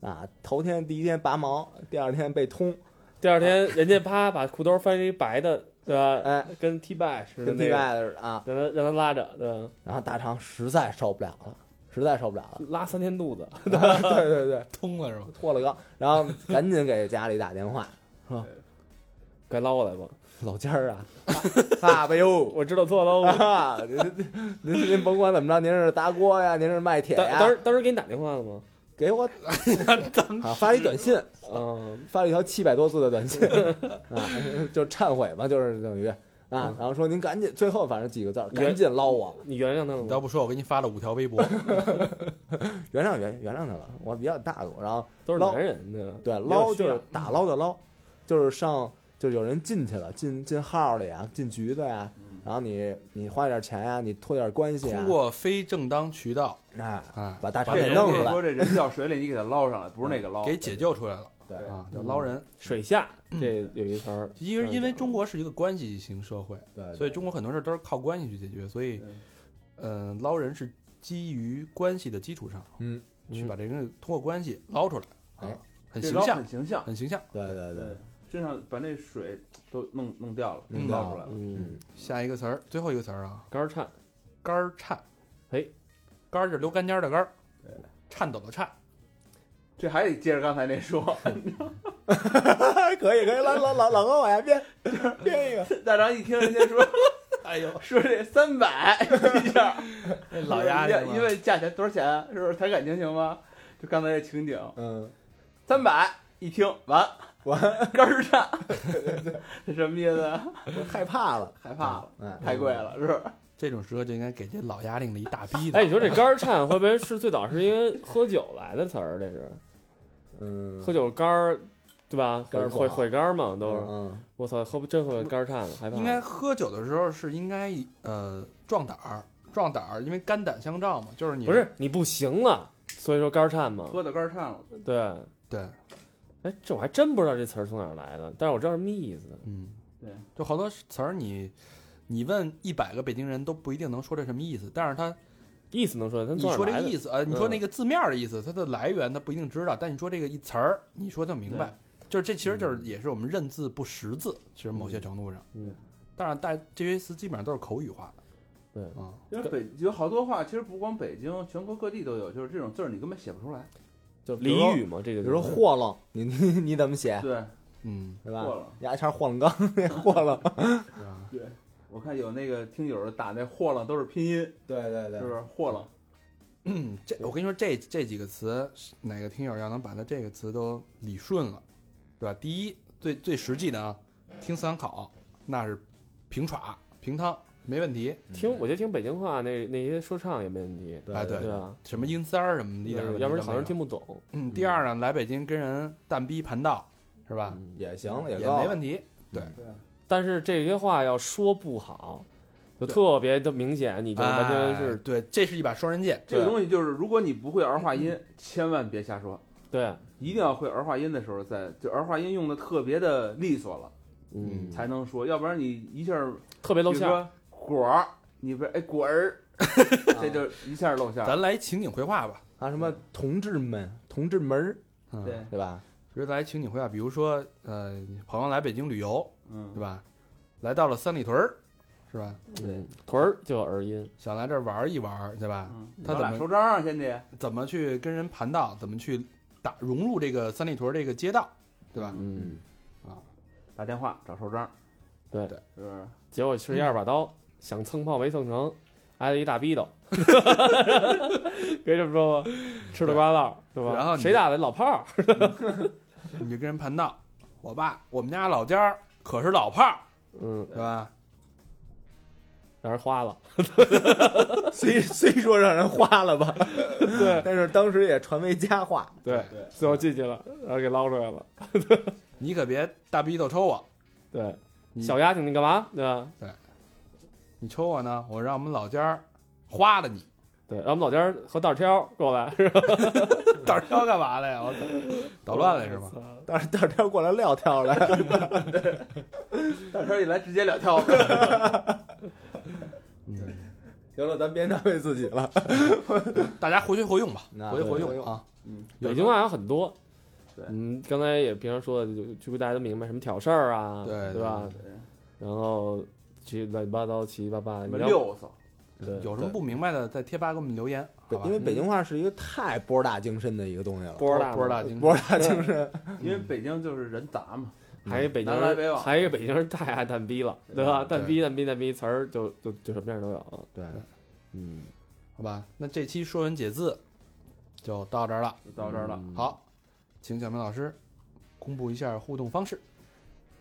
Speaker 3: 啊，头天第一天拔毛，第二天被通，
Speaker 4: 第二天人家啪把裤兜翻成一白的，对吧？
Speaker 3: 哎，
Speaker 4: 跟 T 拜似的
Speaker 3: 跟
Speaker 4: 那
Speaker 3: T
Speaker 4: 个，
Speaker 3: 外的啊，
Speaker 4: 让他让他拉着，对吧？
Speaker 3: 然后大肠实在受不了了，实在受不了 了，
Speaker 4: 拉三天肚子，
Speaker 3: 对对对，
Speaker 2: 通了是吗？
Speaker 3: 脱了肛，然后赶紧给家里打电话，
Speaker 4: 快捞过来吧！
Speaker 3: 老尖儿啊， 爸爸哟。
Speaker 4: 我知道错喽。
Speaker 3: 啊，您您您甭管怎么着，您是砸锅呀，您是卖铁
Speaker 4: 当
Speaker 3: 呀，
Speaker 4: 当时当时给你打电话了吗？
Speaker 3: 给 我啊发了一短信，
Speaker 4: 嗯，
Speaker 3: 发了一条七百多字的短信啊，就忏悔嘛，就是等于啊，然后说您赶紧，最后反正几个字儿，
Speaker 4: 原
Speaker 3: 赶紧捞我，
Speaker 4: 你原谅他
Speaker 2: 你
Speaker 4: 了吗？
Speaker 2: 倒不说，我给你发了五条微博，
Speaker 3: 原谅原原谅他了，我比较大度，然后
Speaker 4: 都是
Speaker 3: 捞
Speaker 4: 男人，对吧？
Speaker 3: 对
Speaker 4: 没有
Speaker 3: 捞
Speaker 4: 需
Speaker 3: 就
Speaker 4: 要
Speaker 3: 是打捞的捞，就是上就是有人进去了，进进号里啊，进局子呀、然后你你花点钱呀、你托点关系啊
Speaker 2: 通，过非正当渠道
Speaker 3: 哎，
Speaker 2: 啊，
Speaker 3: 把大
Speaker 2: 把
Speaker 3: 肠给
Speaker 2: 人
Speaker 3: 弄
Speaker 2: 给
Speaker 3: 出来，
Speaker 5: 说这人掉水里，你给他捞上来，不是那个捞。
Speaker 2: 给解救出来了
Speaker 3: 对
Speaker 2: 啊，叫捞人。
Speaker 4: 水下这有一词儿，
Speaker 2: 因为因为中国是一个关系型社会，
Speaker 3: 对，
Speaker 2: 所以中国很多事儿都是靠关系去解决，所以
Speaker 5: 对，
Speaker 2: 呃，捞人是基于关系的基础上
Speaker 3: 嗯，
Speaker 2: 去
Speaker 4: 嗯
Speaker 2: 把这个人通过关系捞出来，
Speaker 3: 哎
Speaker 2: 啊，很
Speaker 5: 这
Speaker 2: 形
Speaker 5: 捞
Speaker 2: 象
Speaker 5: 很，形象，
Speaker 2: 很形象。
Speaker 3: 对对对
Speaker 5: 对，，身上把那水都弄弄掉了，
Speaker 3: 弄
Speaker 5: 捞
Speaker 3: 掉
Speaker 5: 出来了。
Speaker 4: 嗯，
Speaker 2: 下一个词儿，最后一个词儿啊，
Speaker 4: 杆儿颤，
Speaker 2: 肝儿颤，
Speaker 4: 哎，
Speaker 2: 肝儿是溜干尖儿的肝儿
Speaker 5: 对，
Speaker 2: 颤抖的颤，
Speaker 5: 这还得接着刚才那说，
Speaker 3: 可以可以，老老老老哥往下编编一个，
Speaker 5: 大张一听人家说
Speaker 2: 哎呦，
Speaker 5: 说这三百一下，
Speaker 2: 那老 鸭
Speaker 5: 因
Speaker 2: 子
Speaker 5: 为
Speaker 2: 嘛
Speaker 5: 因为价钱多少钱？是不是谈感情行吗？就刚才这情景，
Speaker 3: 嗯，
Speaker 5: 三百一听完 完根儿上，这什么意思啊？
Speaker 3: 害怕了，
Speaker 5: 害怕了，
Speaker 3: 哎，
Speaker 5: 太贵了，是不是？
Speaker 2: 这种时候就应该给这老鸭子一大逼的。
Speaker 4: 哎，你说这杆儿颤会不会是最早是因为喝酒来的词儿？这是
Speaker 3: 嗯，
Speaker 4: 喝酒杆儿，对吧？
Speaker 3: 杆儿
Speaker 4: 会
Speaker 3: 不
Speaker 4: 会
Speaker 3: 好
Speaker 4: 会杆儿嘛，都是。
Speaker 3: 嗯，
Speaker 4: 我操，喝真喝杆儿颤了，害怕。
Speaker 2: 应该喝酒的时候是应该呃壮胆儿，壮胆儿，因为肝胆相照嘛，就是你
Speaker 4: 不是你不行了，所以说杆儿颤嘛。
Speaker 5: 喝的根儿颤了，
Speaker 4: 对，
Speaker 2: 对，
Speaker 4: 哎，这我还真不知道这词儿从哪儿来的，但是我知道什么意思。
Speaker 2: 嗯，
Speaker 5: 对，
Speaker 2: 就好多词儿你你问一百个北京人都不一定能说这什么意思，但是他
Speaker 4: 意思能说，他
Speaker 2: 你
Speaker 4: 从哪
Speaker 2: 说
Speaker 4: 儿
Speaker 2: 这
Speaker 4: 来
Speaker 2: 个
Speaker 4: 的？嗯
Speaker 2: 意思，呃，你说那个字面儿的意思，它的来源他不一定知道，但你说这个一词儿，你说他明白，就是这其实就是也是我们认字不识字，其实某些程度上，
Speaker 4: 嗯，
Speaker 2: 当然但这些词基本上都是口语化的，
Speaker 4: 对
Speaker 2: 啊，
Speaker 5: 因为北有好多话，其实不光北京，全国各地都有，就是这种字儿你根本写不出来。
Speaker 3: 就比如说
Speaker 4: 俚语嘛，这个
Speaker 3: 比
Speaker 4: 就
Speaker 3: 如说
Speaker 4: 是
Speaker 3: 霍楞，你 你你怎么写，
Speaker 5: 对，
Speaker 2: 嗯，
Speaker 3: 对
Speaker 5: 过
Speaker 3: 哎吧？
Speaker 5: 了。
Speaker 3: 牙签霍楞刚，那 霍楞，
Speaker 2: 是吧？
Speaker 5: 对，我看有那个听友打那货了都是拼音，
Speaker 3: 对对
Speaker 5: 是
Speaker 3: 对
Speaker 5: 不，是货了？
Speaker 2: 嗯，这我跟你说，这这几个词，哪个听友要能把他这个词都理顺了，对吧？第一，最最实际的啊，听三考那是平耍平汤没问题，
Speaker 3: 嗯
Speaker 4: 听，我觉得听北京话那那些说唱也没问题，
Speaker 2: 哎
Speaker 4: 对吧？
Speaker 2: 什么音三儿什么的，一点儿问题
Speaker 4: 嗯要
Speaker 2: 都没
Speaker 4: 不然
Speaker 2: 有
Speaker 4: 好多人听不懂。
Speaker 2: 嗯，第二呢，来北京跟人蛋逼盘道是吧？
Speaker 4: 嗯
Speaker 3: 也行也
Speaker 2: 嗯也
Speaker 3: 高
Speaker 2: 没，问题。
Speaker 4: 啊但是这些话要说不好，就特别的明显，你就完全
Speaker 2: 哎
Speaker 4: 是
Speaker 2: 对，这是一把双刃剑。
Speaker 5: 这个东西就是，如果你不会儿化音，千万别瞎说，
Speaker 4: 对，
Speaker 5: 一定要会儿化音的时候再，就儿化音用的特别的利索了
Speaker 4: 嗯，
Speaker 5: 才能说，要不然你一下儿，
Speaker 4: 特别
Speaker 5: 比
Speaker 4: 露
Speaker 5: 如
Speaker 4: 馅儿。
Speaker 5: 说果儿，你不是哎果儿，这就一下露馅儿。
Speaker 2: 咱来情景绘画吧，
Speaker 3: 啊什么同志们同志门儿，
Speaker 2: 嗯，
Speaker 5: 对，
Speaker 3: 对吧？
Speaker 2: 比如咱来情景绘画，比如说呃，朋友来北京旅游，对
Speaker 5: 嗯，
Speaker 2: 吧？来到了三里屯儿，是吧？
Speaker 4: 嗯，屯儿就有儿音，
Speaker 2: 想来这儿玩一玩，对吧？
Speaker 5: 嗯
Speaker 2: 他
Speaker 5: 咱
Speaker 2: 怎
Speaker 5: 俩
Speaker 2: 么
Speaker 5: 收账啊，先得
Speaker 2: 怎么去跟人盘道？怎么去打融入这个三里屯这个街道，对吧？
Speaker 4: 嗯，
Speaker 5: 打电话找收账，
Speaker 4: 对
Speaker 2: 对，
Speaker 5: 是不是？
Speaker 4: 结果是一二把刀，想蹭炮没蹭 成，挨了一大逼 斗，可以这么说吧？吃了瓜烙，对吧？
Speaker 2: 然后你
Speaker 4: 谁打的老炮儿？
Speaker 2: 你就跟人盘道，我爸我们家老家儿可是老炮儿，
Speaker 4: 嗯，
Speaker 2: 对吧？
Speaker 4: 让人花了，
Speaker 3: 虽虽说让人花了吧，
Speaker 4: 对
Speaker 3: 但是当时也传为佳话，
Speaker 4: 对，
Speaker 5: 对，
Speaker 4: 最后进去了，然后给捞出来了。
Speaker 2: 你可别大逼斗抽我，
Speaker 4: 对，
Speaker 2: 你
Speaker 4: 小丫头你干嘛？对吧？
Speaker 2: 你抽我呢，我让我们老家儿花了你，
Speaker 4: 对，然后我们老家儿和道儿挑过来，是吧
Speaker 2: 胆儿挑干嘛来呀？我 操，捣乱了是吗？？
Speaker 3: 但是第二天过来撂挑来，
Speaker 5: 到时候一来直截了 当。
Speaker 4: 嗯，
Speaker 3: 行了，咱别难为自己了。
Speaker 2: 大家活学活用吧，
Speaker 3: 那
Speaker 2: 活学活
Speaker 3: 活
Speaker 2: 用
Speaker 3: 用
Speaker 2: 啊。
Speaker 5: 嗯，
Speaker 4: 北京话有很多。
Speaker 5: 对
Speaker 4: 嗯，刚才也平常说的，就就大家都明白什么挑事儿啊，
Speaker 2: 对
Speaker 4: 对
Speaker 2: 对
Speaker 4: 吧？
Speaker 5: 对
Speaker 4: 然后其乱七八糟，七七八八，
Speaker 5: 什
Speaker 4: 你
Speaker 5: 么
Speaker 4: 要
Speaker 5: 六嫂，
Speaker 4: 对
Speaker 2: 有什么不明白的，在贴吧给我们留言，好
Speaker 3: 对
Speaker 2: 吧
Speaker 3: 因？为北京话是一个太博大精深的一个东西了，
Speaker 4: 波儿大嘛
Speaker 2: 波儿大精
Speaker 3: 博大精深。
Speaker 4: 嗯
Speaker 5: 因为北京就是人杂嘛，
Speaker 4: 还有北京
Speaker 5: 南来北
Speaker 4: 人，
Speaker 5: 往
Speaker 4: 还有北京人太爱蛋逼了，对吧？
Speaker 2: 对
Speaker 4: 蛋逼蛋逼蛋逼词儿就就就什么样都有。啊
Speaker 3: 对，
Speaker 4: 嗯，
Speaker 2: 好吧？那这期说文解字就到这儿了。
Speaker 5: 就到这儿了。
Speaker 4: 嗯，
Speaker 2: 好，请小明老师公布一下互动方式。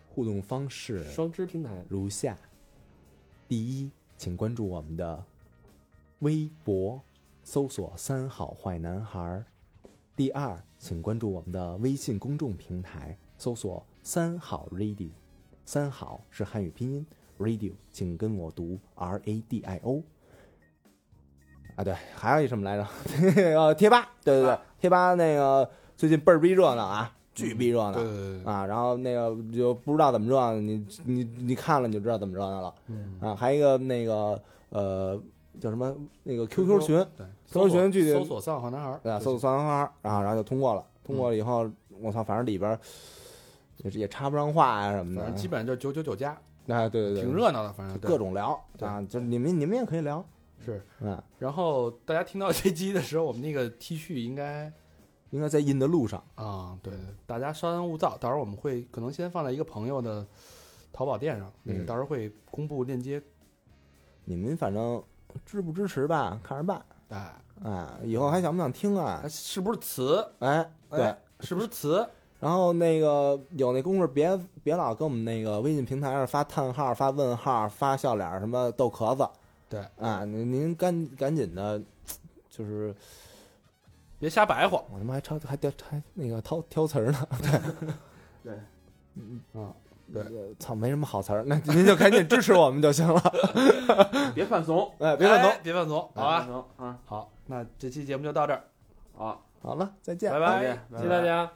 Speaker 3: 互动方式
Speaker 4: 双支平台，
Speaker 3: 如下：第一，请关注我们的微博，搜索“三好坏男孩儿”；第二，请关注我们的微信公众平台，搜索“三好 radio”。三好是汉语拼音，radio 请跟我读 R A D I O。啊，对，还有一什么来着？ 呃，贴吧，对对
Speaker 2: 啊
Speaker 3: 对，贴吧那个最近倍儿逼热闹啊，巨逼热闹。
Speaker 2: 对对对，
Speaker 3: 啊，然后那个就不知道怎么热闹，你你你看了你就知道怎么热闹了。
Speaker 2: 嗯
Speaker 3: 啊，还有一个那个呃叫什么那个 QQ 群，
Speaker 2: 对，
Speaker 3: 搜寻具体
Speaker 2: 搜索“三好男孩儿”，
Speaker 3: 对啊吧？搜索
Speaker 2: 索
Speaker 3: 三花花，然啊后然后就通过了，
Speaker 2: 嗯
Speaker 3: 通过了以后，我操，反正里边儿也也插不上话啊什么
Speaker 2: 反正基
Speaker 3: 的。
Speaker 2: 本上就是九九九加，
Speaker 3: 啊，对对对，
Speaker 2: 挺热闹的，反正
Speaker 3: 就各
Speaker 2: 种
Speaker 3: 种聊
Speaker 2: 对
Speaker 3: 啊，就是你们你们也可以聊，
Speaker 2: 是。
Speaker 3: 嗯，
Speaker 2: 然后大家听到这期的时候，我们那个 T 恤应该
Speaker 3: 应该在印的路上，
Speaker 2: 啊，对，大家稍安勿躁，到时候我们会可能先放在一个朋友的淘宝店上，那个
Speaker 3: 嗯
Speaker 2: 到时候会公布链接。
Speaker 3: 你们反正支不支持吧，看着办。
Speaker 2: 哎，
Speaker 3: 啊，以后还想不想听啊
Speaker 2: 它？是不是词？
Speaker 3: 哎，对
Speaker 2: 哎，，是不是词？
Speaker 3: 然后那个有那功夫，别别老跟我们那个微信平台上发叹号、发问号、发笑脸儿什么逗壳子。
Speaker 2: 对
Speaker 3: 啊，您您赶赶紧的，就是
Speaker 2: 别瞎白活。
Speaker 3: 我他妈还挑还挑还那个挑挑词儿呢。
Speaker 5: 对，
Speaker 2: 啊，
Speaker 3: 对，呃操，没什么好词儿，那您就赶紧支持我们就行了。
Speaker 5: 别犯怂，
Speaker 3: 哎，别犯
Speaker 2: 哎
Speaker 3: 怂。
Speaker 2: 别犯怂，好
Speaker 5: 别犯
Speaker 2: 吧？
Speaker 5: 怂啊！
Speaker 2: 好，那这期节目就到这儿，
Speaker 5: 好，
Speaker 3: 好了，再见。
Speaker 2: 拜拜
Speaker 5: 再见拜拜
Speaker 4: 谢谢大家。